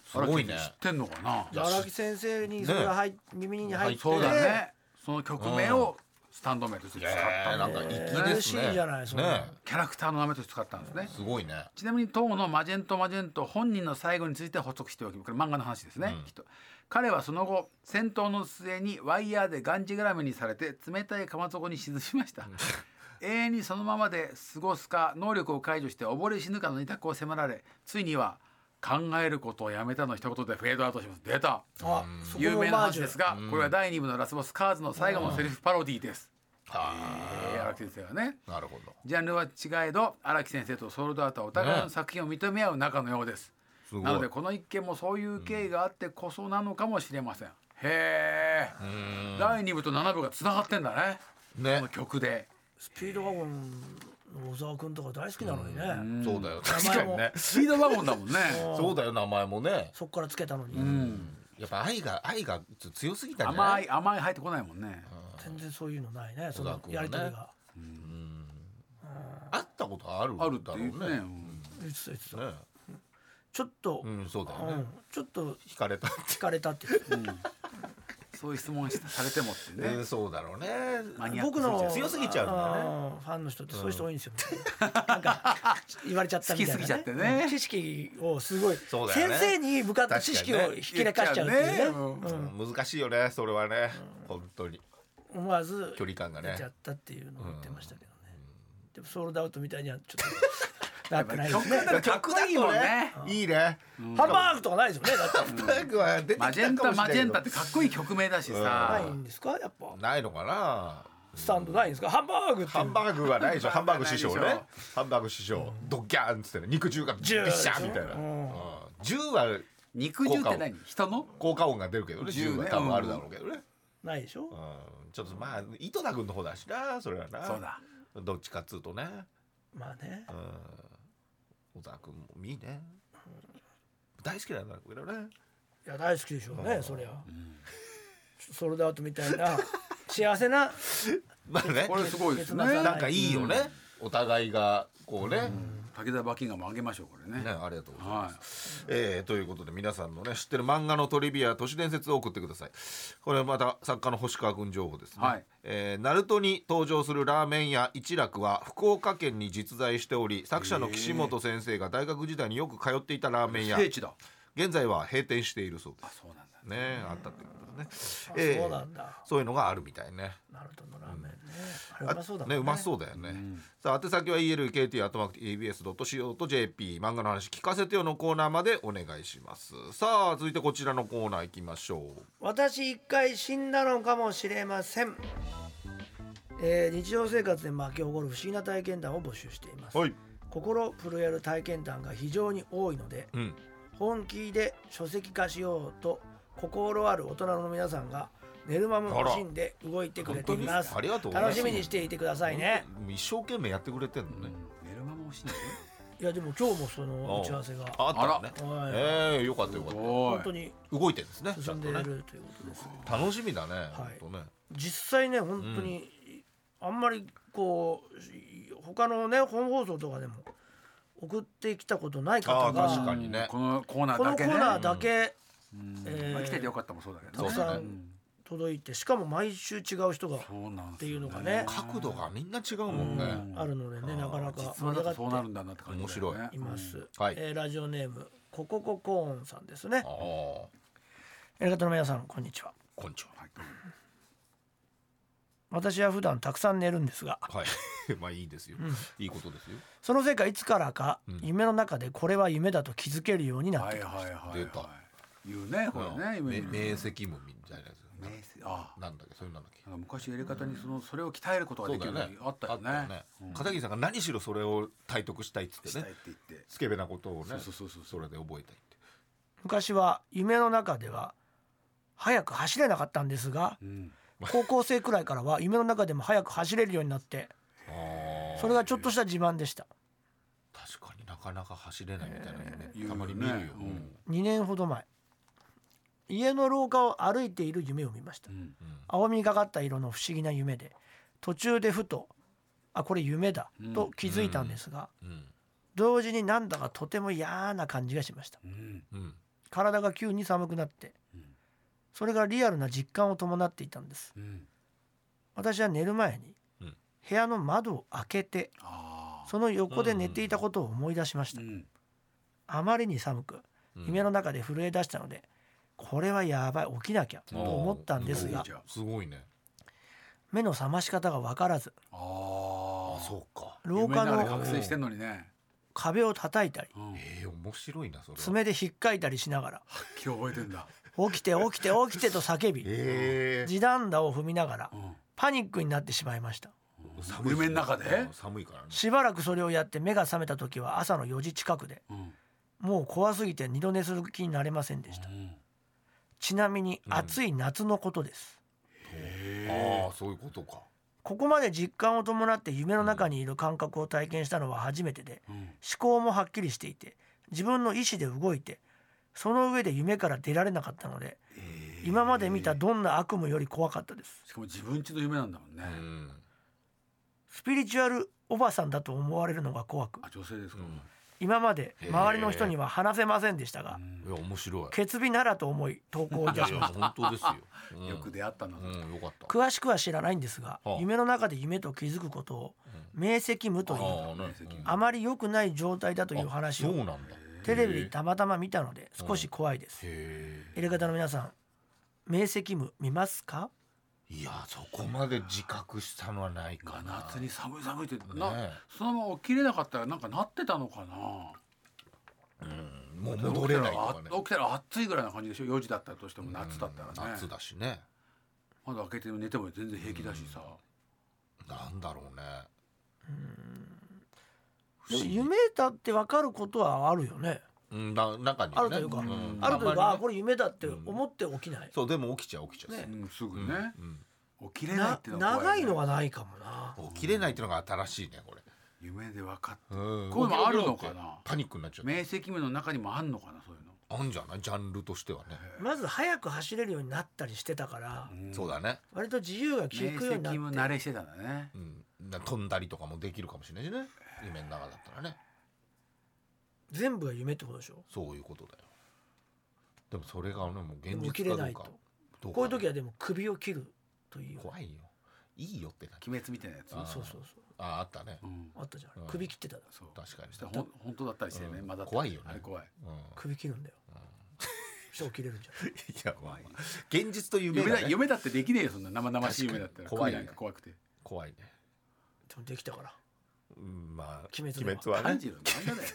C: す
D: あら
C: ごいね
D: 知ってんのかな。
C: や
B: 荒木先生にそれが入っ、耳に入って
D: そうだね。その曲名をスタンド名として使った
C: え
D: ん
C: な
D: だ
C: んか粋
B: 嬉
C: で
B: し
C: す
B: い
C: ね
B: じゃないそれ
C: ね
D: キャラクターの名前として使ったんですね。
C: すごいね
D: ちなみに当のマジェント・マジェント本人の最後について補足しておきこれ漫画の話ですね、きっと彼はその後戦闘の末にワイヤーでがんじがらめにされて冷たい釜底に沈みました、 永遠にそのままで過ごすか能力を解除して溺れ死ぬかの二択を迫られついには考えることをやめたの一言でフェードアウトします出た
B: あそこ
D: 有
B: のオ
D: 名な
B: マー
D: 話
B: ジ
D: です
B: ュ
D: が、これは第2部のラスボスカーズの最後のセリフパロディーです、
C: は
D: えー、荒木先生はね
C: あなるほど
D: ジャンルは違えど荒木先生とソールドアウトはお互いの作品を認め合う仲のようです、
C: すごい
D: なのでこの一件もそういう経緯があってこそなのかもしれません、へえ第2部と7部がつながってんだね
C: ね
D: この曲で
B: スピードワゴンの小沢君とか大好きなのにね、
C: そうだよ確
B: 名
C: か
B: 前
C: に
B: も
C: ね
D: スピードワゴンだ もんね
C: そうだよ名前もね
B: そっからつけたのに、
C: やっぱ愛が愛が強すぎたんじゃな
D: 甘
C: い
D: い甘い入ってこないもんね、
B: 全然そういうのないねそ
C: 小沢
B: の
C: 君は
B: や
C: ね
B: りとりが
C: 会ったことある
D: あるって
C: だろ
D: いうね
C: うね
B: 言ってた言ってた
C: ね
B: ちょっと、
C: う
B: うん
C: んそうだよね
B: ちょっと
C: 惹かれたって
B: 聞かれたって言ってた
D: そういう質問しされてもって
C: ね
D: ね
C: そうだろうね
D: マニアッ
B: 僕
D: クそうじゃ
B: の
D: ん
C: 強すぎちゃうんだね
B: あーファンの人ってそういう人多いんですよ、なんか言われちゃったみたいな、
D: 好きすぎちゃってね
B: うん知識をすごい、
C: そうだよ
B: 先
C: ね
B: 生に向かって知識
C: 確か
B: を
C: にね
B: ひきらかしちゃうっていうね
D: 言っちゃうね
C: うん難しいよねそれはね本当に
B: うん思わず
C: 距離感がね
B: 出ちゃったっていうのを言ってましたけどね、でもソールドアウトみたいにはちょっなってないですね
D: やっぱり曲
C: 曲
D: が
C: だ
D: いいも
C: と
D: ん
C: ね
D: ね
C: いいね
B: ハンバーグとかないですよねだって
C: ハンバーグは出てきたか
D: マ
C: もし
D: ジェ
C: れ
D: ン
C: な
D: タ
C: い
D: マジェンタっ
C: け
D: てかっこいい曲名だし
B: な
D: さ
B: いんですかやっぱ
C: どないのかな
B: スタンドないんですかハンバーグって
C: ハンバーグは ないでしょハンバーグ師匠
D: ハンバーグない
C: ね
D: で
C: ハンバーグ師匠ドッギャーンっつってね肉汁がビシャーみたいな
B: ジューでしょうん
C: うん銃は
D: 肉汁って何人の
C: 効果音が出るけどね銃
D: 銃ね
C: は多分あるだろうけどね
B: ないでしょ
C: うんちょっとまあ井戸田君の方だしなそれはな
D: そうだ
C: どっちかっつうとね
B: まあね
C: うん小沢君もいいね大好きなんだけどね
B: いや大好きでしょう
C: う
B: ね
C: ん
B: そりゃソロダウトみたいな幸せな
C: まあね
D: これすごいですね
B: 結末
C: なんかいいよねお互いがこうね
D: 武田バキンガムあげましょうこれね
C: ねありがとうございます
D: はい
C: えーということで皆さんのね知ってる漫画のトリビア都市伝説を送ってくださいこれまた作家の星川君情報ですね、
D: はい
C: えーナルトに登場するラーメン屋一楽は福岡県に実在しており作者の岸本先生が大学時代によく通っていたラーメン屋
D: 聖地だ
C: 現在は閉店しているそうで
D: あそうなんだ
C: すねあったってことですね、
B: そうなん
C: えー
B: だ
C: そういうのがあるみたいね
B: ナルトのラーメンねあれうまそうだもん
C: ねうまそうだよね、さあ宛先は elkt.tbs.co.jp 漫画の話聞かせてよのコーナーまでお願いしますさあ続いてこちらのコーナー行きましょう
B: 私一回死んだのかもしれません、えー日常生活で巻き起こる不思議な体験談を募集しています、
C: はい
B: 心震える体験談が非常に多いので
C: うん
B: 本気で書籍化しようと心ある大人の皆さんが寝る間も惜しんで動いてくれています
C: あら本当にありがとうございま
B: 楽
C: す
B: しみにしていてくださいね
C: もう一生懸命やってくれてんのね、
D: 寝る間も惜しいんだよ
B: いやでも今日もその
C: あ
B: 打ち合わせが
C: あったのね
B: はい
C: ええよかったよかっ
D: お
B: 本
D: い
B: 当に
C: た動いてるんですねちゃ
B: 進
C: ん
B: ん
C: と
B: でい
C: ね
B: るということです
C: 楽しみだね、
B: はい
C: ほんとね
B: 実際ね本当に、あんまりこう他のね本放送とかでも送ってきたことない
C: あ
B: 方
C: あ
B: が
C: 確かにね
D: このコーナー
B: この
D: だ
B: コ
D: け
B: ー
D: ね
B: ナーだけ
D: うん
B: えー
D: まあ来ててよかったもそうだけ
B: た
D: どね
B: くさ
C: そうね
B: ん届いて、しかも毎週違う人が
D: そうなんっ
B: っていうのがね
C: 角度がみんな違うもんね、
D: うん
B: あるのでねなかなか
D: 実
B: 盛り上
D: 話
B: が
D: だ
B: っ
D: と
B: て
D: そうなるんだなって感じ
C: 面
D: だよね
B: い
C: 白
B: ます、
C: はい
B: えーラジオネームココココーンさんですね
C: ああこ
B: やり方の皆さんこんにちは
C: んにちは
D: はい
B: 私は普段たくさん寝るんですが
C: はいまあいい ですよ、いいことですよ
B: そのせいかいつからか夢の中でこれは夢だと気づけるようになって
D: は
B: る、
D: いはいはい
C: 出た
D: はい言うねこれね
C: うんめ
D: 夢に
C: 明晰夢みたいなやつ
D: 明晰ああ
C: なんだっけそういうのなんだっけ
D: なんか昔やり方にそのそれを鍛えることが
C: そ
D: で
C: う
D: き
C: だよ
D: る
C: ね
D: ようにあったよねうん
C: 片桐さんが何しろそれを体得したいっつって
D: したいって
C: ね
D: 言って
C: スケベなことをね
D: そうそうそうそう
C: それで覚えたいって
B: 昔は夢の中では早く走れなかったんです が
D: うん
B: 高校生くらいからは夢の中でも早く走れるようになって
C: ああ
B: それがちょっとした自慢でした
C: 確かになかなか走れないみたいなね、
D: えー
C: たまに見るよ、
D: 言うよねうん
B: 2年ほど前家の廊下を歩いている夢を見ました
D: うん
B: 青みがかった色の不思議な夢で途中でふと「あこれ夢だ」と気づいたんですが
C: うんうん
B: 同時になんだかとても嫌な感じがしました
D: うん
C: うん
B: 体が急に寒くなって
D: うん
B: それがリアルな実感を伴っていたんです
D: うん
B: 私は寝る前に
C: うん
B: 部屋の窓を開けて
D: ああ
B: その横で寝ていたことを思い出しまし
D: う
B: た
D: ん
B: あまりに寒く
C: うん
B: 夢の中で震え出したのでこれはやばい起きなきゃと思ったんです
D: あ
B: が
D: ー
C: すごいね
B: 目の覚まし方が分からず
D: あ
C: あ
D: あ
C: そうか
B: 廊下
D: 夢の中で
B: の
D: 覚醒してんのにね
B: 壁を叩いたり
D: うん
C: えー、面白いなそれは
B: 爪でひっかいたりしながら
D: 気を覚えてんだ
B: 「起きて起きて起きて」と叫び
C: え
B: 地団打を踏みながら
D: うん
B: パニックになってしまいました
C: ー、寒い
D: 夢の中で
C: 寒いからね
B: しばらくそれをやって目が覚めた時は朝の4時近くで
D: うん
B: もう怖すぎて二度寝する気になれませんでした
D: うん
B: ちなみに暑い夏のことです
C: ああそういうことか
B: ここまで実感を伴って夢の中にいる感覚を体験したのは初めてで
D: うん
B: 思考もはっきりしていて自分の意思で動いてその上で夢から出られなかったので今まで見たどんな悪夢より怖かったです
D: しかも自分家の夢なんだもんね
C: うん
B: スピリチュアルおばさんだと思われるのが怖く
D: あ女性ですか
B: 今まで周りの人には話せませんでしたが
C: いや面白
B: 決備ならと思い投稿い
C: いい
B: た
C: や
B: し
C: い
B: ま
C: や
B: した
C: 本当ですよ、うん、
D: よく出会ったの
C: うんよかった
B: 詳しくは知らないんですが
C: はあ
B: 夢の中で夢と気づくことを明晰夢という
C: ああね
B: あまり良くない状態だという話
C: そうな
B: を
C: んだ
B: テレビでたまたま見たので少し怖いです
C: へえ
B: エレガタの皆さん明晰夢見ますか
C: いやそこまで自覚したのはないかな
D: 夏に寒い寒いって、
C: ね
D: なそのまま起きれなかったらなんかなってたのかな
C: うんもう戻れないとかね
D: 起きたら暑いぐらいな感じでしょ4時だったとしても夏だったらね、
C: うん夏だしね
D: 窓開けて寝ても全然平気だしさ、
C: なんだろうね
B: でも夢だって分かることはあるよね
C: うんだ中にね
B: あるというか
C: ん
B: あるというか、
C: ま
B: あ
C: りね
B: これ夢だって思って起きない、
C: そうでも起きちゃう起きちゃう
B: ね
D: うん、す
C: う
D: ぐ
C: ん
D: ね、
C: うん
D: 起きれない
B: な
D: っていうのは怖
B: 長
D: い
B: い
D: よね、
B: のはないかもな
C: 起きれないっていうのが新しいねこれ
D: 夢で分かっ
C: うん
D: こういうのあるの
C: 起
D: かな
C: きれってパニックになっちゃ
D: た
C: う
D: 明晰夢の中にもあんのかなそういうの
C: あんじゃないジャンルとしてはね
B: まず早く走れるようになったりしてたから、
C: そうだね
B: 割と自由が利
D: 明
B: くように
D: 晰夢
B: なって
D: 慣れしてたんだね
C: うんな飛んだりとかもできるかもしれないしね夢の中だったらね
B: 全部が夢ってことでしょ
C: そういうことだよでもそれがねもう現
B: でも
C: 実
B: 起きれ
C: かど
B: な
C: う
B: い
C: か
B: と
C: どか
B: こういう時はでも首を切るという
C: 怖いよいいよってな
D: 鬼滅みたいなやつ、
C: あ
B: そうそうそう
C: ああったね
D: うん、
B: あったじゃんあれ
C: うん
B: 首切ってただろ
D: そう
C: 確かに
D: そしたらほん本当だったりしてね、
C: うん
D: まだって
C: 怖いよね
D: あれ怖い
C: うん
B: 首切るんだよ、そしたら起きれるんじゃ ない
C: いやまあまあ現実と夢
D: 夢
C: が
D: だ
C: ね
D: 夢だってできねえよそんな生々しい夢だった
C: 確
D: ら
C: かに怖いよ
D: な
C: ね
D: んか怖くて
C: 怖いね
B: でもできたから
C: うんまあ
B: 鬼滅の刃
C: は
D: 炭
C: ね
D: 治郎の漫画だよ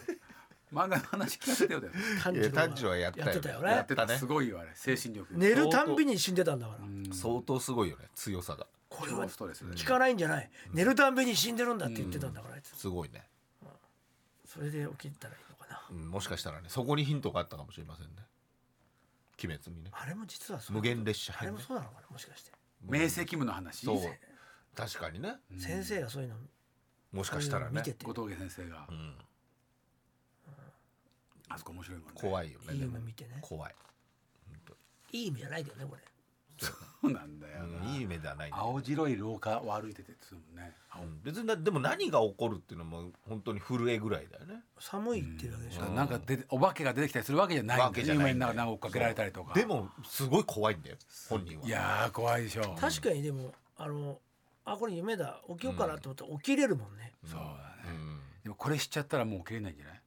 D: 漫画の話聞かせてよだよ
B: 炭
C: いや炭治郎はやったよ
B: やってたよ
C: や
B: ね
C: ってたね
D: すごいよあれ精神力
B: 寝るたんびに死んでたんだから、
D: うん
C: 相当すごいよね強さが
B: これ
D: 超
B: は
D: ストレス
B: 聞かないんじゃない、寝るたんびに死んでるんだって言ってたんだからあいつ
C: すごいね
B: それで起きたらいいのかな
C: うんもしかしたらねそこにヒントがあったかもしれませんね鬼滅にね
B: あれも実はそう
C: 無限列車
B: あれ
C: 編
B: も
C: ね
B: そうなのかなもしかして、
D: 明晰夢の話
C: そう確かにね
B: 先生がそういうの
C: もしかしたら
B: 見
C: ね
B: てて
D: 後藤家先生が、
C: ん
D: あそこ面白いもんね
C: 怖いよ
B: い
C: ね
B: い
C: でも
B: 夢見てね
C: 怖い
B: いい意味じゃないけどねこれ
D: そう なんだよ
C: う
D: な、
C: んいい夢ではないね
D: 青白い廊下を歩いててつうもんね青
C: うん別になでも何が起こるっていうのも本当に震えぐらいだよね
B: 寒いっていうわけでしょ、
D: だからなんか出てお化けが出てきたりするわけじゃないんだよ
C: わけじゃない
D: 夢の中なんか追っかけられたりとか
C: でもすごい怖いんだよ本人はい
D: やー怖いでしょ
B: 確かにでもあのあこれ夢だ起きようかなと思ったら起きれるもんね、
D: そうだね、
C: うん
D: でもこれしちゃったらもう起きれないんじゃない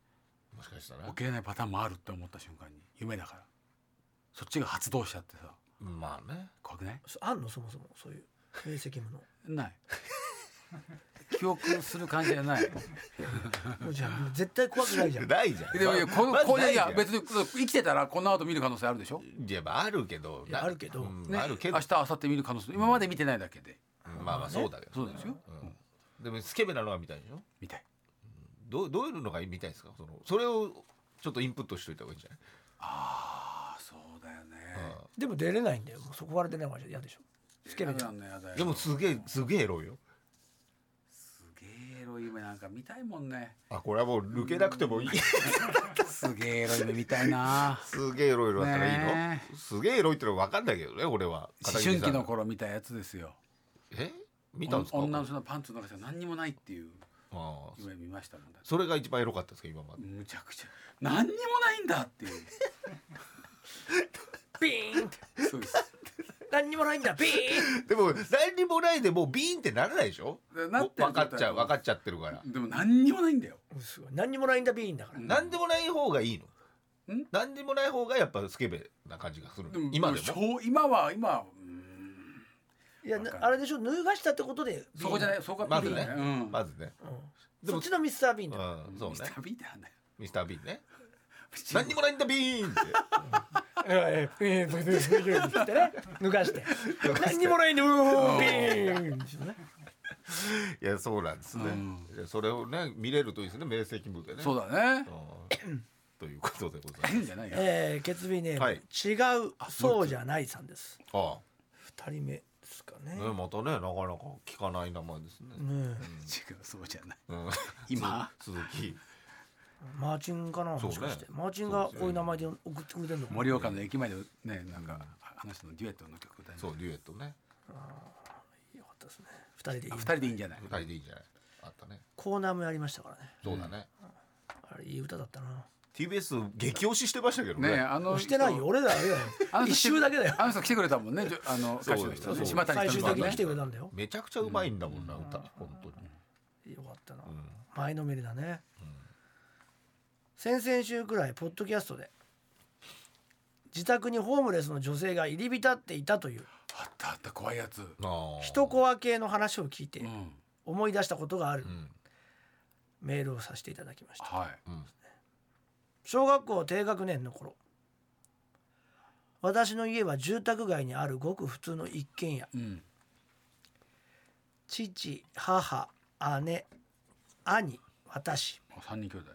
C: もしかした
D: 起
C: ら
D: きれないパターンもあるって思った瞬間に夢だからそっちが発動しちゃってさ
C: まあね
D: 怖くない
B: そあんのそもそもそういう明晰夢の
D: ない 記憶する感じじゃない
B: もうじゃあもう絶対怖くないじゃん
C: ないじゃん
D: でもいやこの
C: まず
D: こう
C: ないいじゃ
D: や
C: ん
D: 別にそう生きてたらこの後見る可能性あるでしょ、
C: いやまああるけど
B: いや
C: な
B: あるけど
C: うん
D: ね、
C: あるけど
D: 明日明後日見る可能性今まで見てないだけで
C: うんまあまあそうだけ
D: そ
C: ど
D: うですよ、
C: うんでもスケベなのが見たいでしょ
D: みたい
C: どうどういうのが見たいですかそのそれをちょっとインプットしといた方がいいんじゃない
D: あそうだよね、
B: でも出れないんだよもうそこから出ないから嫌でしょ
D: つけるなんのやだよ
C: でもすげえすげえエロいよ
D: すげえエロい夢なんか見たいもんね
C: あこれはもう抜けなくてもいい
D: すげえエロい夢見たいな
C: すげえエロいのだったらいい
D: ね
C: のすげえエロいってのは分かんないけどね俺は
D: 思春期の
C: 子
D: 頃見たやつですよ
C: え見たんですか
D: お女の人のパンツの中じゃ何にもないっていう
C: ああ
D: 夢見ましたもんだって
C: それが一番エロかったですか今まで
D: むちゃくちゃ何にもないんだっていう
B: ピーンって
D: そうです
B: 何にもないんだピーン
C: でも何にもないでもうビーンってならないでしょ
D: なってる
C: 分かっちゃう分かっちゃってるから、
D: でも何にもないんだよ
B: うんすごい何にもないんだピーンだから、
C: なん、何でもない方がいいの
D: ん
C: 何でもない方がやっぱスケベな感じがするの今でも
D: そう今は今はうん
B: いや
D: わ
B: な
D: かる
B: あれでしょ脱がしたってことで、
D: そこじゃないいそこが
C: まず
D: ピー
C: ね
D: だようん
C: まずね
B: うん、
C: で
B: そ
C: も
B: っちのミスター・ビーンだ、
C: うんそう
D: ミ
C: ね
D: スタービーだよね
C: ミスター・ビーンね何にもないんだビーンって
B: いやいやピーンピーンピーンピーンってね脱がして何にもないんだうーんピーンってね
C: いやそうなんですね、いやそれをね見れるといいですね明晰夢でね
D: そうだね
C: うんということでございます
D: 変じゃないよ
B: えー、決意ネーム、
C: はい
B: 違うそうじゃないさんです
C: あ
B: 二人目ですかね
C: あ、ね、またねなかなか聞かない名前ですね、
B: ね
D: 違うそうじゃない
C: うん、
D: 今
C: 鈴木
B: えマーチンかなも
C: そうね
B: しかして、マーチンがこういう名前で送ってくれてるのかな
D: 盛岡の駅前でねなんかあの人のデュエットの曲歌いな
C: そうデュエットね
B: よかったですね二人でいい
D: あ二人でいいんじゃない
C: 二人でいいんじゃないあったね
B: コーナーもやりましたからね
C: そうだね、
B: あれいい歌だったな
C: TBS 激推ししてましたけどね
D: ねえあの
B: 押してないよ俺らあれだよ
D: あの人
B: 一周だけだよ
D: あの人来てくれたもんねじょあの歌手の
C: そ
D: 人
C: うそう
D: ね島谷
B: 最
D: ひ
B: 終
D: と
B: 的
D: み
B: に
D: さ
B: 来
D: んね
B: てくれたんだよ
C: めちゃくちゃうまいんだもんな、歌本当に、
B: よかったな、前のめりだね、先々週くらいポッドキャストで自宅にホームレスの女性が入り浸っていたという
D: あったあった怖いやつ
C: ああ
B: 一コア系の話を聞いて
D: うん
B: 思い出したことがある
C: うん
B: メールをさせていただきました
D: はい
C: うん
B: 小学校低学年の頃私の家は住宅街にあるごく普通の一軒家
D: うん
B: 父母姉兄私
D: あ三人兄弟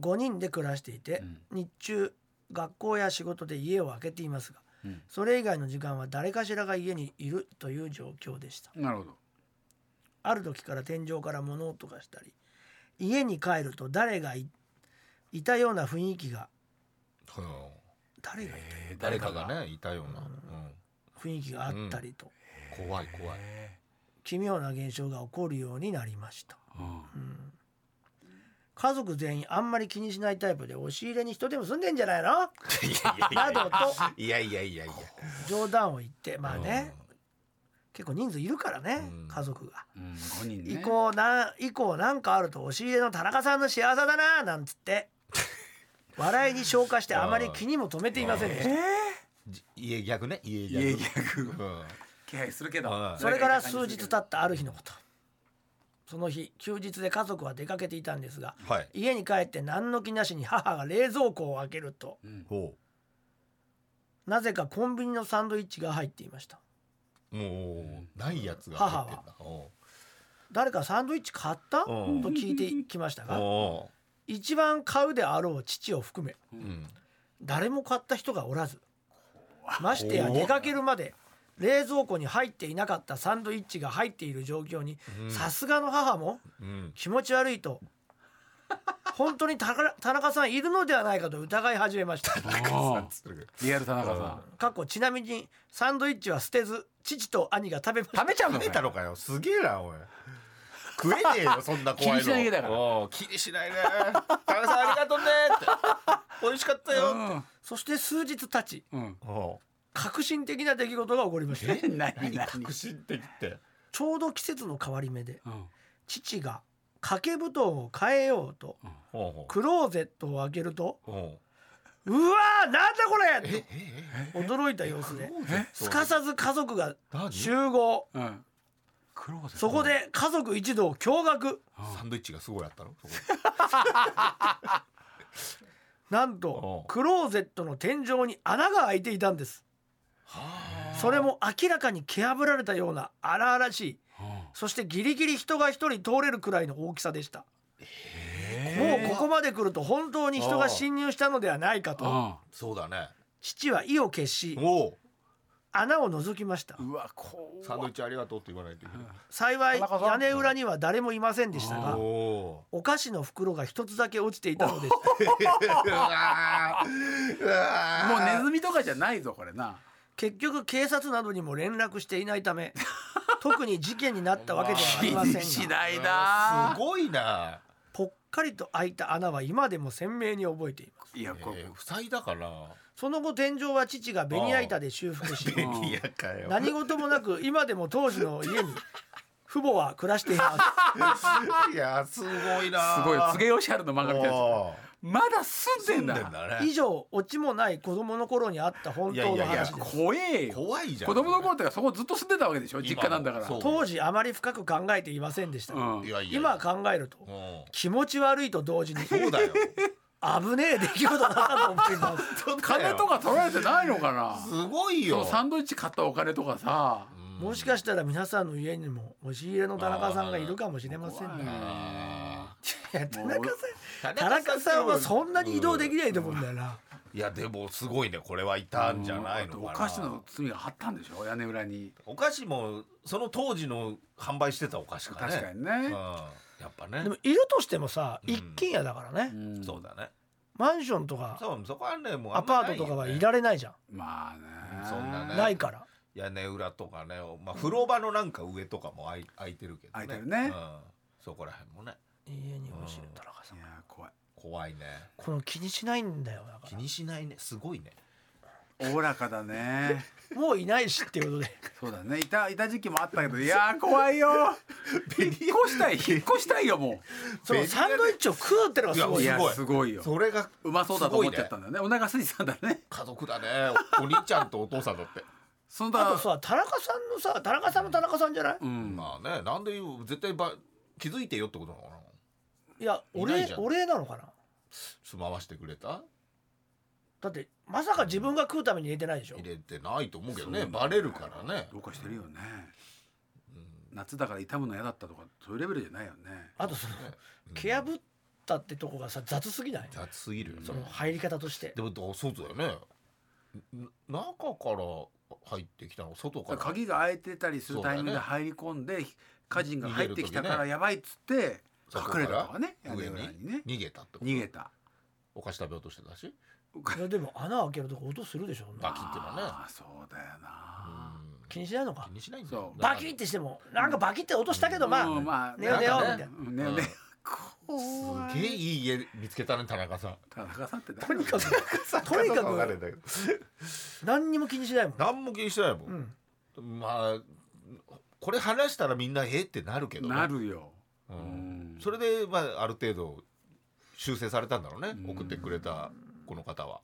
B: 5人で暮らしていて、日中学校や仕事で家を空けていますが
D: うん
B: それ以外の時間は誰かしらが家にいるという状況でした
D: なるほど
B: ある時から天井から物音がしたり家に帰ると誰がいいたような雰囲気が
C: うん
B: 誰がいた
D: えー
C: 誰かがねいたような、うん
B: 雰囲気があったりと、
C: 怖い 怖い、
D: え
B: 奇妙な現象が起こるようになりました
D: ーうん
B: 家族全員あんまり気にしないタイプで押し入れに人でも住んでんじゃないのなどと
C: いやいやいやいや
B: 冗談を言ってまあね、結構人数いるからね、
C: うん
B: 家族が。
D: うん五人
B: 以
D: ね
B: 降な以降なんかあると押し入れの田中さんの幸せだななんつって笑いに消化してあまり気にも留めていませんでした、
C: じ家逆ね家逆
D: 家ギャグ
C: うん
D: 気配するけど
C: はい
B: それから数日経ったある日のことその日休日で家族は出かけていたんですが
C: はい
B: 家に帰って何の気なしに母が冷蔵庫を開けると
D: うん
C: ほ
B: なぜかコンビニのサンドイッチが入っていました
C: うもうないやつが入ってんだお
B: 誰かサンドイッチ買ったと
C: うん
B: 聞いてきました
C: う
B: が
C: お
B: 一番買うであろう父を含め
C: ううん
B: 誰も買った人がおらずましてや
C: お
B: 出かけるまで冷蔵庫に入っていなかったサンドイッチが入っている状況に
C: うん
B: さすがの母も
C: うん
B: 気持ち悪いと本当に田中田中さんいるのではないかと疑い始めました
D: あー
C: する
D: リアル田中さ
B: かっこちなみにサンドイッチは捨てず父と兄が食べました
D: ん食べちゃうの
C: 食べたのかよすげえなおい食えねえ よそんな怖いの
D: 気にしない家だから
C: おう気にしないね田中さんありがとうねっ て美味しかったよ
B: そして数日経ち
D: うんうん
C: おう
B: 革新的な出来事が起こりました
D: え 何何
C: 革新的って
B: ちょうど季節の変わり目で
D: うん
B: 父が掛け布団を変えようと
C: ほうほ
B: クローゼットを開けると
C: うほ
B: 「うわーなんだこ
C: う
B: れ!
C: え」え
B: と驚いた様子で
C: え
B: すかさず家族が
C: 何
B: 集合
D: うんクローゼット
B: そこで家族一同驚愕
C: サンドイッチがすごいあったのそこ
B: なん
C: お
B: と
C: う
B: クローゼットの天井に穴が開いていたんですそれも明らかに蹴破られたような荒々しい
D: うん
B: そしてギリギリ人が一人通れるくらいの大きさでしたもうここまで来ると本当に人が侵入したのではないかと
D: う
C: そうだね
B: 父は意を決し
C: おお
B: 穴を覗きました
D: んうわこ
C: サンドイッチありがとうって言わないといけない
B: 幸い
D: 田中さ
B: 屋
D: ん
B: 根裏には誰もいませんでしたが
C: おお
B: お菓子の袋が一つだけ落ちていたのです
C: うわーうわー
D: もうネズミとかじゃないぞこれな
B: 結局警察などにも連絡していないた め特に事件になったわけではありませ
D: し
B: んが
D: ないな
C: すごいな。
B: ぽっかりと開いた穴は今でも鮮明に覚えています
D: いや
C: え
D: これ
C: ー、塞いだから。
B: その後天井は父がベニヤ板で修復し
D: あー
C: いやかよ。
B: 何事もな く今でも当時の家に父母は暮らしてい ます
C: いやすごいな。
D: すごいよ柘植義治の漫画みたいなや
C: おー
D: つまだ住
C: 住
D: ん
C: ん
D: で
C: で
D: ん
C: ん
D: だ
C: だ
B: 以
C: ね。
B: 上オチもない子供の頃にあった本当
C: い
B: の
C: やいやいや
B: 話です
D: 怖えよ
C: 怖いじゃん。
D: 子供の頃ってかそこずっと住んでたわけでしょ実家なんだから
C: 今も
B: 当時あまり深く考えていませんでしたが、
D: うん
C: いやいやいや。
B: 今考えると
C: うん。
B: 気持ち悪いと同時に
C: そうだよ。
B: 危ねえ出来事だったと思います
D: 金とか取られてないのかな
C: すごい
D: そ
C: よ
D: の。サンドイッチ買ったお金とかさ
B: もしかしたら皆さんの家にも押し入れの田中さんがいるかもしれませんね。
C: あ
B: いや田中さん
C: ー
B: 田中さんはそんなに移動できないと思うんだよな。
C: いやでもすごいねこれはいたんじゃないのか
D: お
C: な。
D: 菓子の罪が貼ったんでしょ屋根裏に
C: お菓子もその当時の販売してたお菓子かね。
D: 確かにね
C: うん。やっぱね
B: で。もいるとしてもさ
C: うん
B: 一軒家だからね、
D: うん
C: そうだね。
B: マンションとか
C: そうそこはねもうあ
B: ア
C: ん
B: パ
C: まな
B: ー
C: い
B: トと
C: よね
B: かはいられないじゃん。
D: まあね
C: そんなね
B: ないから。
C: 屋根裏とかね、まあ、風呂場のなんか上とかもあい空いてるけどね
D: 空いてるね
C: うん、そこら辺もね
B: 家に押し入れ田中さん
D: い。や怖い
C: 怖いね
B: この気にしないんだよだか
C: 気にしないねすごいね
D: おおらかだね
B: もういないしっていう ことで
D: そうだねいたいた時期もあったけどいやー怖いよ引っ越 したい引っ越したいよも
B: そのサンドイッチを食うってのがすご
D: う
B: い
D: い
C: や
D: や
C: すごい
D: すごいよ
C: それが
D: うまそうだと思っちゃったんだよねお腹空いてたんだね
C: 家族だね おお兄ちゃんとお父さんだって
D: その
B: あと
D: だ
B: さ田中さんのさ田中さんの田中さんじゃない、
D: うん
C: まあねなんで言う絶対ば気づいてよってことなのかない
B: やお
C: いない
B: 礼
C: じゃん
B: お礼なのかな
C: 住まわしてくれた
B: だってまさか自分が食うために入れてないでしょ
C: 入れてないと思うけどね
D: そう
C: バレるからね
D: どうかしてるよね、 夏だから痛むの嫌だったとかそういうレベルじゃないよね
B: あとその蹴破ったってとこがさ雑すぎない
C: 雑すぎるよね
B: その入り方として
C: でもどうそうだよねん中から入ってきたの外から
D: 鍵が開いてたりするタイミングで
C: そうだ
D: 入り込んで、家人が
C: 逃
D: 入
C: げ
D: っ
C: る時ね
D: てきたからやばいっつって
C: 外
D: 隠れたとかね
C: から上
D: 屋根裏にね
C: に逃げたってこと
D: 逃げた
C: お菓子食べようとしてたし
B: いやでも穴開けるとこ音するでしょそんな
C: バキってのはね
D: あーそうだよな、
C: うん
B: 気にしないのか
C: 気にしないんだよ
D: そう
B: バキってしてもなんかバキって音したけどまあ、
D: うん
B: 寝よう寝よう
D: なんか
B: み
D: ね
C: うん
D: ねね
C: すげえいい家見つけたね田中さん
D: 田中さんって
B: とにか
D: く
B: くとにか
C: 田中さんは誰
B: く
C: だよ
B: 何にも気にしないもん、
C: 何も気にしてないも、
B: うんん、
C: まあこれ話したらみんなえってなるけどね
D: なるよ、
C: う
D: うんん
C: それで、まあ、ある程度修正されたんだろうね
D: うん
C: 送ってくれたこの方は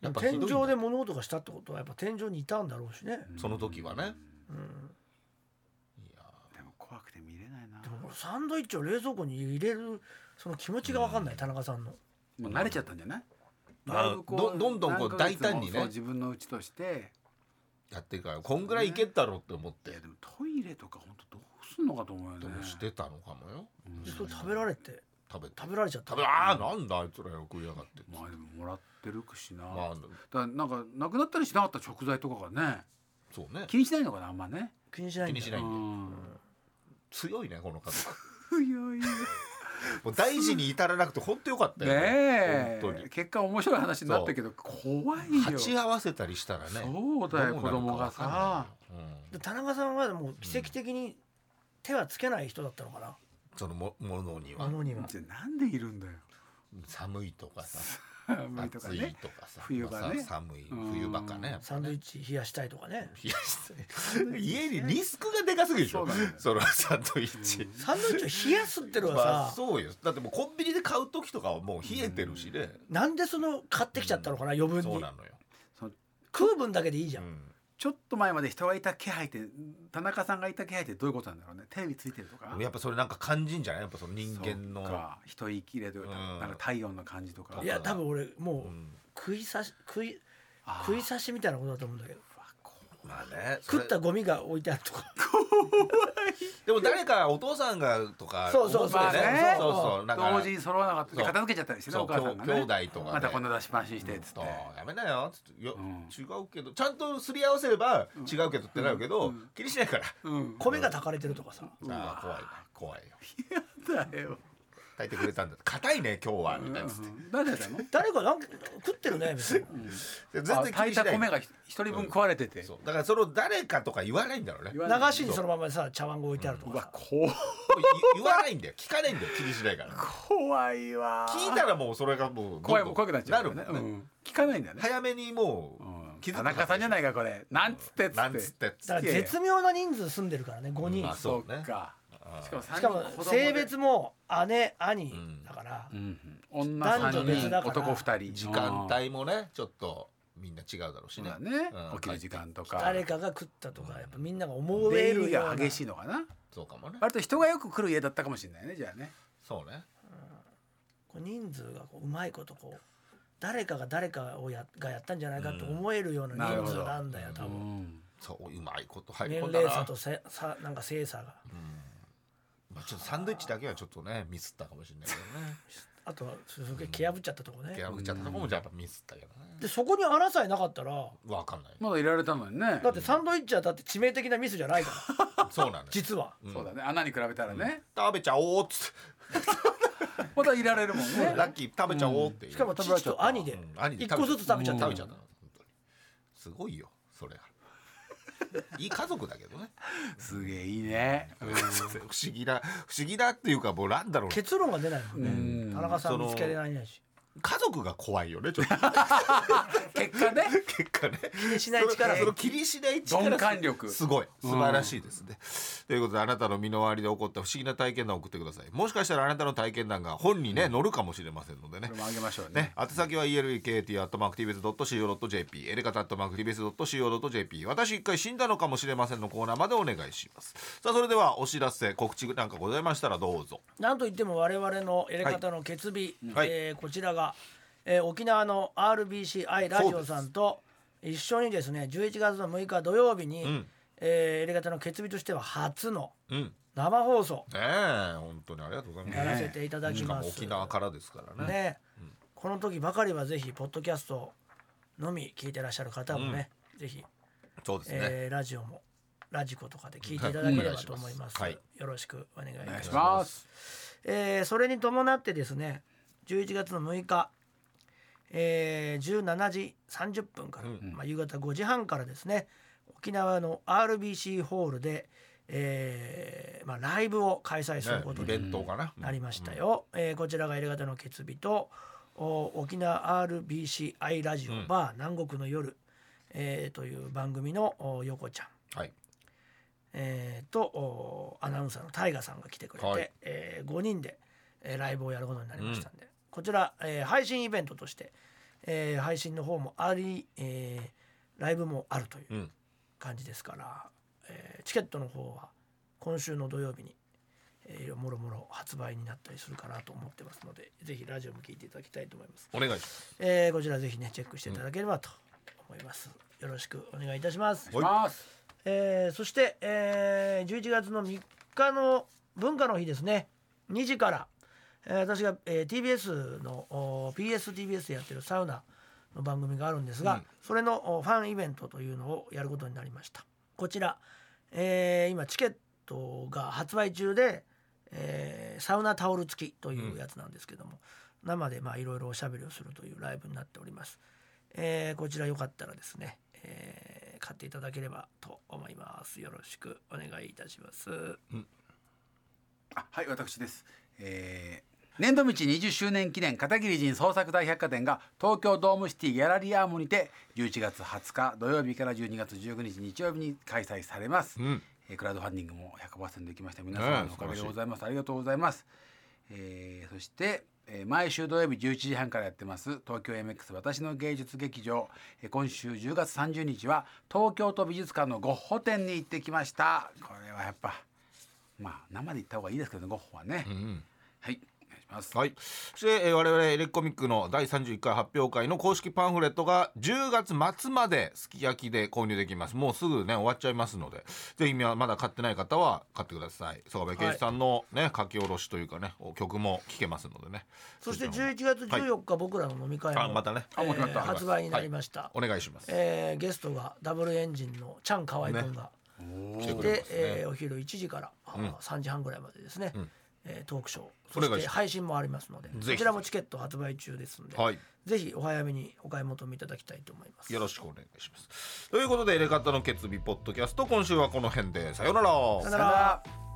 C: やっぱひどい
B: 天
C: んだ
B: 井で物音がしたってことはやっぱ天井にいたんだろうしね、
C: その時はね
B: うん、
C: いや
D: でも怖くて見れないな
B: でもこのサンドイッチを冷蔵庫に入れるその気持ちが分かんない、田中さんの
D: もう慣れちゃったんじゃない
C: あ
D: だいぶこう
C: どどんどんこう
D: 何ヶ月も
C: 大胆にね
D: そう自分のうちとして
C: やってるからこんぐらいいけたろって思っ
D: い
C: て
D: やでもトイレとか本当どうすんのかと思うよね
C: どうしてたのかもよ
D: うん
B: でそれ食べられて
C: 食べた
B: 食べられちゃった
C: 食べああなんだあいつらよ食いやがって
D: まあでももらってるくしな、
C: まあ
D: だからなんかなくなったりしなかった食材とかがね
C: そうね
D: 気にしないのかなあんまね
B: 気にしないんだ
C: 気にし
D: う
C: ない
D: ん
C: 強いねこの 家族
D: 強 いね
C: もう大事に至らなくて本当よかったよ
D: え
C: 本当に
D: 結果面白い話になったけど怖いよ
C: 鉢合わせたりしたらね
D: そうだよ
C: どなる
D: 子
C: か
D: 供が
C: わ
D: さ
C: かんないよう
B: で
C: ん
B: 田中さんはもう奇跡的に手はつけない人だったのかな、
C: そのもものに
B: あ
C: は
B: のには
D: じゃあなんでいるんだ よ
C: 寒いとかさ
D: 寒いとか
C: 暑い
D: ね
C: とかさ
D: 冬場ね
C: まあさ寒い冬場かねやっぱ
B: サンドイ
C: ね
B: ッチ冷やしたいとかね
C: 冷やして家にリスクがでかすぎるでしょ
D: そうだね
C: そのサンドイッチ
B: サンドイッチを冷やすっての
C: まあ
B: はさ、
C: そうよだってもうコンビニで買う時とかはもう冷えてるしね
B: なんでその買ってきちゃったのかな余分
C: そう
B: に
C: なのよ
D: その
B: 食う分だけでいいじゃ、
C: うんん
D: ちょっと前まで人がいた気配って田中さんがいた気配ってどういうことなんだろうねテレビついてるとか
C: やっぱそれなんか感じんじゃないやっぱその人間の
D: そうか一息でというか
C: うん
D: なんか体温の感じとか
B: いや多分俺も
C: う
B: うん食いさし食い
D: あー
B: 食いさしみたいなことだと思うんだけど
D: うわ怖い
C: まあねそれ
B: 食ったゴミが置いてあるとか
C: でも誰かお父さんがとか
B: そうそう
C: 思よ
D: まあね
C: そうそうだから
D: 同時に揃わなかった
C: そう
D: 片付けちゃったりしてね
C: そう
D: お母さんがね
C: 兄弟とかね
D: またこんな出しっぱなしにしてっつって
C: とやめなよつっていや
D: うん
C: 違うけどちゃんとすり合わせれば違うけどってなるけど、
D: うん
C: 気にしないから、
D: うん
B: 米が炊かれてるとかさ
D: うん
C: ああ怖いね怖いよ
D: だよ
C: 炊いてくれたんだ硬いね今日はみたいな、
D: 誰だよ
B: 誰かなんか食ってるねみたいな
C: で全然気
D: 炊
C: に
D: い
C: しな
D: た
C: い
D: 米が一人分食われてて
C: そうだからそれを誰かとか言わないんだろうね
D: 言わない
B: 流しにそのままさ茶碗が置いてあると
D: う
B: か
D: わ
B: さ
D: 怖
C: い言わないんだよ聞かないんだよ気にしないから
D: 怖いわ
C: 聞いたらもうそれがもうどんどん
D: 怖いもん怖くなっちゃう
C: る
D: よ
C: もん
D: ね
C: ね、
D: うん聞かないんだよね
C: 早めにもう、
D: うん
C: 気づく
D: 田中さんじゃないかこれなんつってっつって
C: なんつってっつ
B: だから
C: って
D: いやいや
B: 絶妙な人数住んでるからね5人、
C: まあ
D: そ
C: そうね
D: っか
C: あー
D: しかも
B: しかも性別も姉兄
C: ん
B: だから、
D: うんうん女三
B: 男女別
D: 人
B: だから
D: 男二人
C: 時間帯もねちょっとみんな違うだろうし
D: そう
C: ね
D: だね
C: うん
D: 起きる時間とか
B: 誰かが食ったとかやっぱみんなが思
D: 出
B: え
D: 入
B: る
D: り
B: よう
D: が
B: な
D: 激しいのかな
C: そうかもね
D: 割と人がよく来る家だったかもしれないねじゃあね
C: そうね
B: こう人数がこううまいことこう誰かが誰かをやがやったんじゃないかって思えるような人数なんだよ、多分
C: そううまいこと入り
B: 年
C: 込んだ
B: 齢
C: な
B: 差とせさなんか性差が
C: まあ、ちょっとサンドイッチだけはちょっとねミスったかもしれないけどね
B: あとはすげえ蹴破っちゃったとこね
C: ギャグちゃったとこもじゃあやっぱミスったけどね
B: でそこに穴さえなかったら
C: わかんない
D: まだいられたのにね
B: だってサンドイッチはだって致命的なミスじゃないから
C: そうなんです
B: 実は
D: そうだね穴に比べたらね
C: 食べちゃおうっつっ
D: まだいられるもん
C: て
D: ね
C: ラッキー食べちゃおうっていう
B: しかも
D: 食べられ
B: 父
D: ちゃった
B: と兄で
C: うん兄で
B: 一個ずつ食べちゃった
C: 食べちゃったの本当にすごいよそれが いい家族だけどね
D: すげえいいね
C: 不思議な不思議なっていうかもうなんだろう
B: 結論が出ないもんね
D: うん
B: 田中さ
C: そ
B: ん
C: の
B: 見つけられないし
C: 家族が怖いよねちょ っと
D: 結果ね
C: 結果ね
B: 気にしない力
C: その気にしない力
D: 鈍感力
C: すごい素晴らしいですね、ということであなたの身の回りで起こった不思議な体験談を送ってくださいもしかしたらあなたの体験談が本にね、載るかもしれませんのでね
D: これもあげましょうね
C: ね、宛先は elekt.mactvs.co.jp エレカタ .mactvs.co.jp 私一回死んだのかもしれませんのコーナーまでお願いしますさあそれではお知らせ告知なんかございましたらどうぞ
B: なんといっても我々のエレカタの決日、
C: はい
B: えーこちらが、えー沖縄の RBCI ラジオさんと一緒にですね11月の6日土曜日に、
C: ん
B: えーエレカタの決日としては初の
C: うんね
B: 生放送
C: え本当にありがとうございます
B: やらせていただき
C: しか
B: ま
C: も
B: す、
C: 沖縄からですからね
B: ね、この時ばかりはぜひポッドキャストのみ聞いてらっしゃる方もね、ぜひ、
C: そうですね、
B: えーラジオもラジコとかで聞いていただければと思います,、
C: はいお願
B: よろ
C: いします
B: しくお願いいたし
D: お願
B: ま
D: い
B: す
D: します
B: えーそれに伴ってですね11月の6日、えー17時30分から、
C: うん
B: まあ、夕方5時半からですね沖縄の RBC ホールで、えーまあ、ライブを開催すること
C: ねイ
B: に
C: ベントかな、
B: なりましたよ、えーこちらが L 型の決日とお沖縄 RBCI ラジオバー、南国の夜、えーという番組のお横ちゃん、
C: はい
B: えーとおアナウンサーのタイガさんが来てくれて、
C: はい
B: え5人で、えーライブをやることになりましたんで、こちら、えー配信イベントとして、えー配信の方もあり、えーライブもあるといううん感じですから、えーチケットの方は今週の土曜日に、えー、もろもろ発売になったりするかなと思ってますのでぜひラジオも聞いていただきたいと思います、
C: お願いします
B: えーこちらぜひねチェックしていただければと思います、よろしくお願いいたします、
C: はい
D: ます
B: えーそして、えー11月の3日の文化の日ですね2時から、えー私が、えー TBS のおー PSTBS でやってるサウナの番組があるんですが、
C: うん
B: それのおファンイベントというのをやることになりましたこちら、えー今チケットが発売中で、えーサウナタオル付きというやつなんですけども、生でまあいろいろおしゃべりをするというライブになっております、えーこちらよかったらですね、えー買っていただければと思いますよろしくお願いいたします
D: あはい私です、えー年度道20周年記念片桐仁創作大百貨店が東京ドームシティギャラリーアームにて11月20日土曜日から12月19日日曜日に開催されます、
C: うん
D: えークラウドファンディングも100%できました皆様のおかげでございます、ありがとうございます、えーそして、えー毎週土曜日11時半からやってます東京 MX 私の芸術劇場、えー今週10月30日は東京都美術館のゴッホ展に行ってきましたこれはやっぱまあ生で行った方がいいですけどねゴッホはね、
C: うん
D: はいお願いします、
C: はい、そして、えー、我々エレコミックの第31回発表会の公式パンフレットが10月末まですき焼きで購入できますもうすぐね終わっちゃいますのでぜひまだ買ってない方は買ってください曽我部圭一さんのね、書き下ろしというかねお曲も聴けますのでね
B: そして
C: ちらも
B: 11月14日、僕らの飲み会
C: あ
B: も、
C: またね
D: あもう決ま
B: えー
D: った、
B: 発売になりました、
C: お願いします、
B: えーゲストがダブルエンジンのチャンカワイ君が
C: 来
B: 来て、
C: てくれますね、
B: えーお昼1時から、あー
C: うん
B: 3時半ぐらいまでですね、
C: うん
B: えートークショー
C: お
B: そ
C: 願い
B: し
C: します
B: て配信もありますので
C: ひ
B: こちらもチケット発売中ですので、
C: はい
B: ぜひお早めにお買い求めいただきたいと思います
C: よろしくお願いしますということでエレカタの決意ポッドキャスト今週はこの辺でさようなら
B: さよなら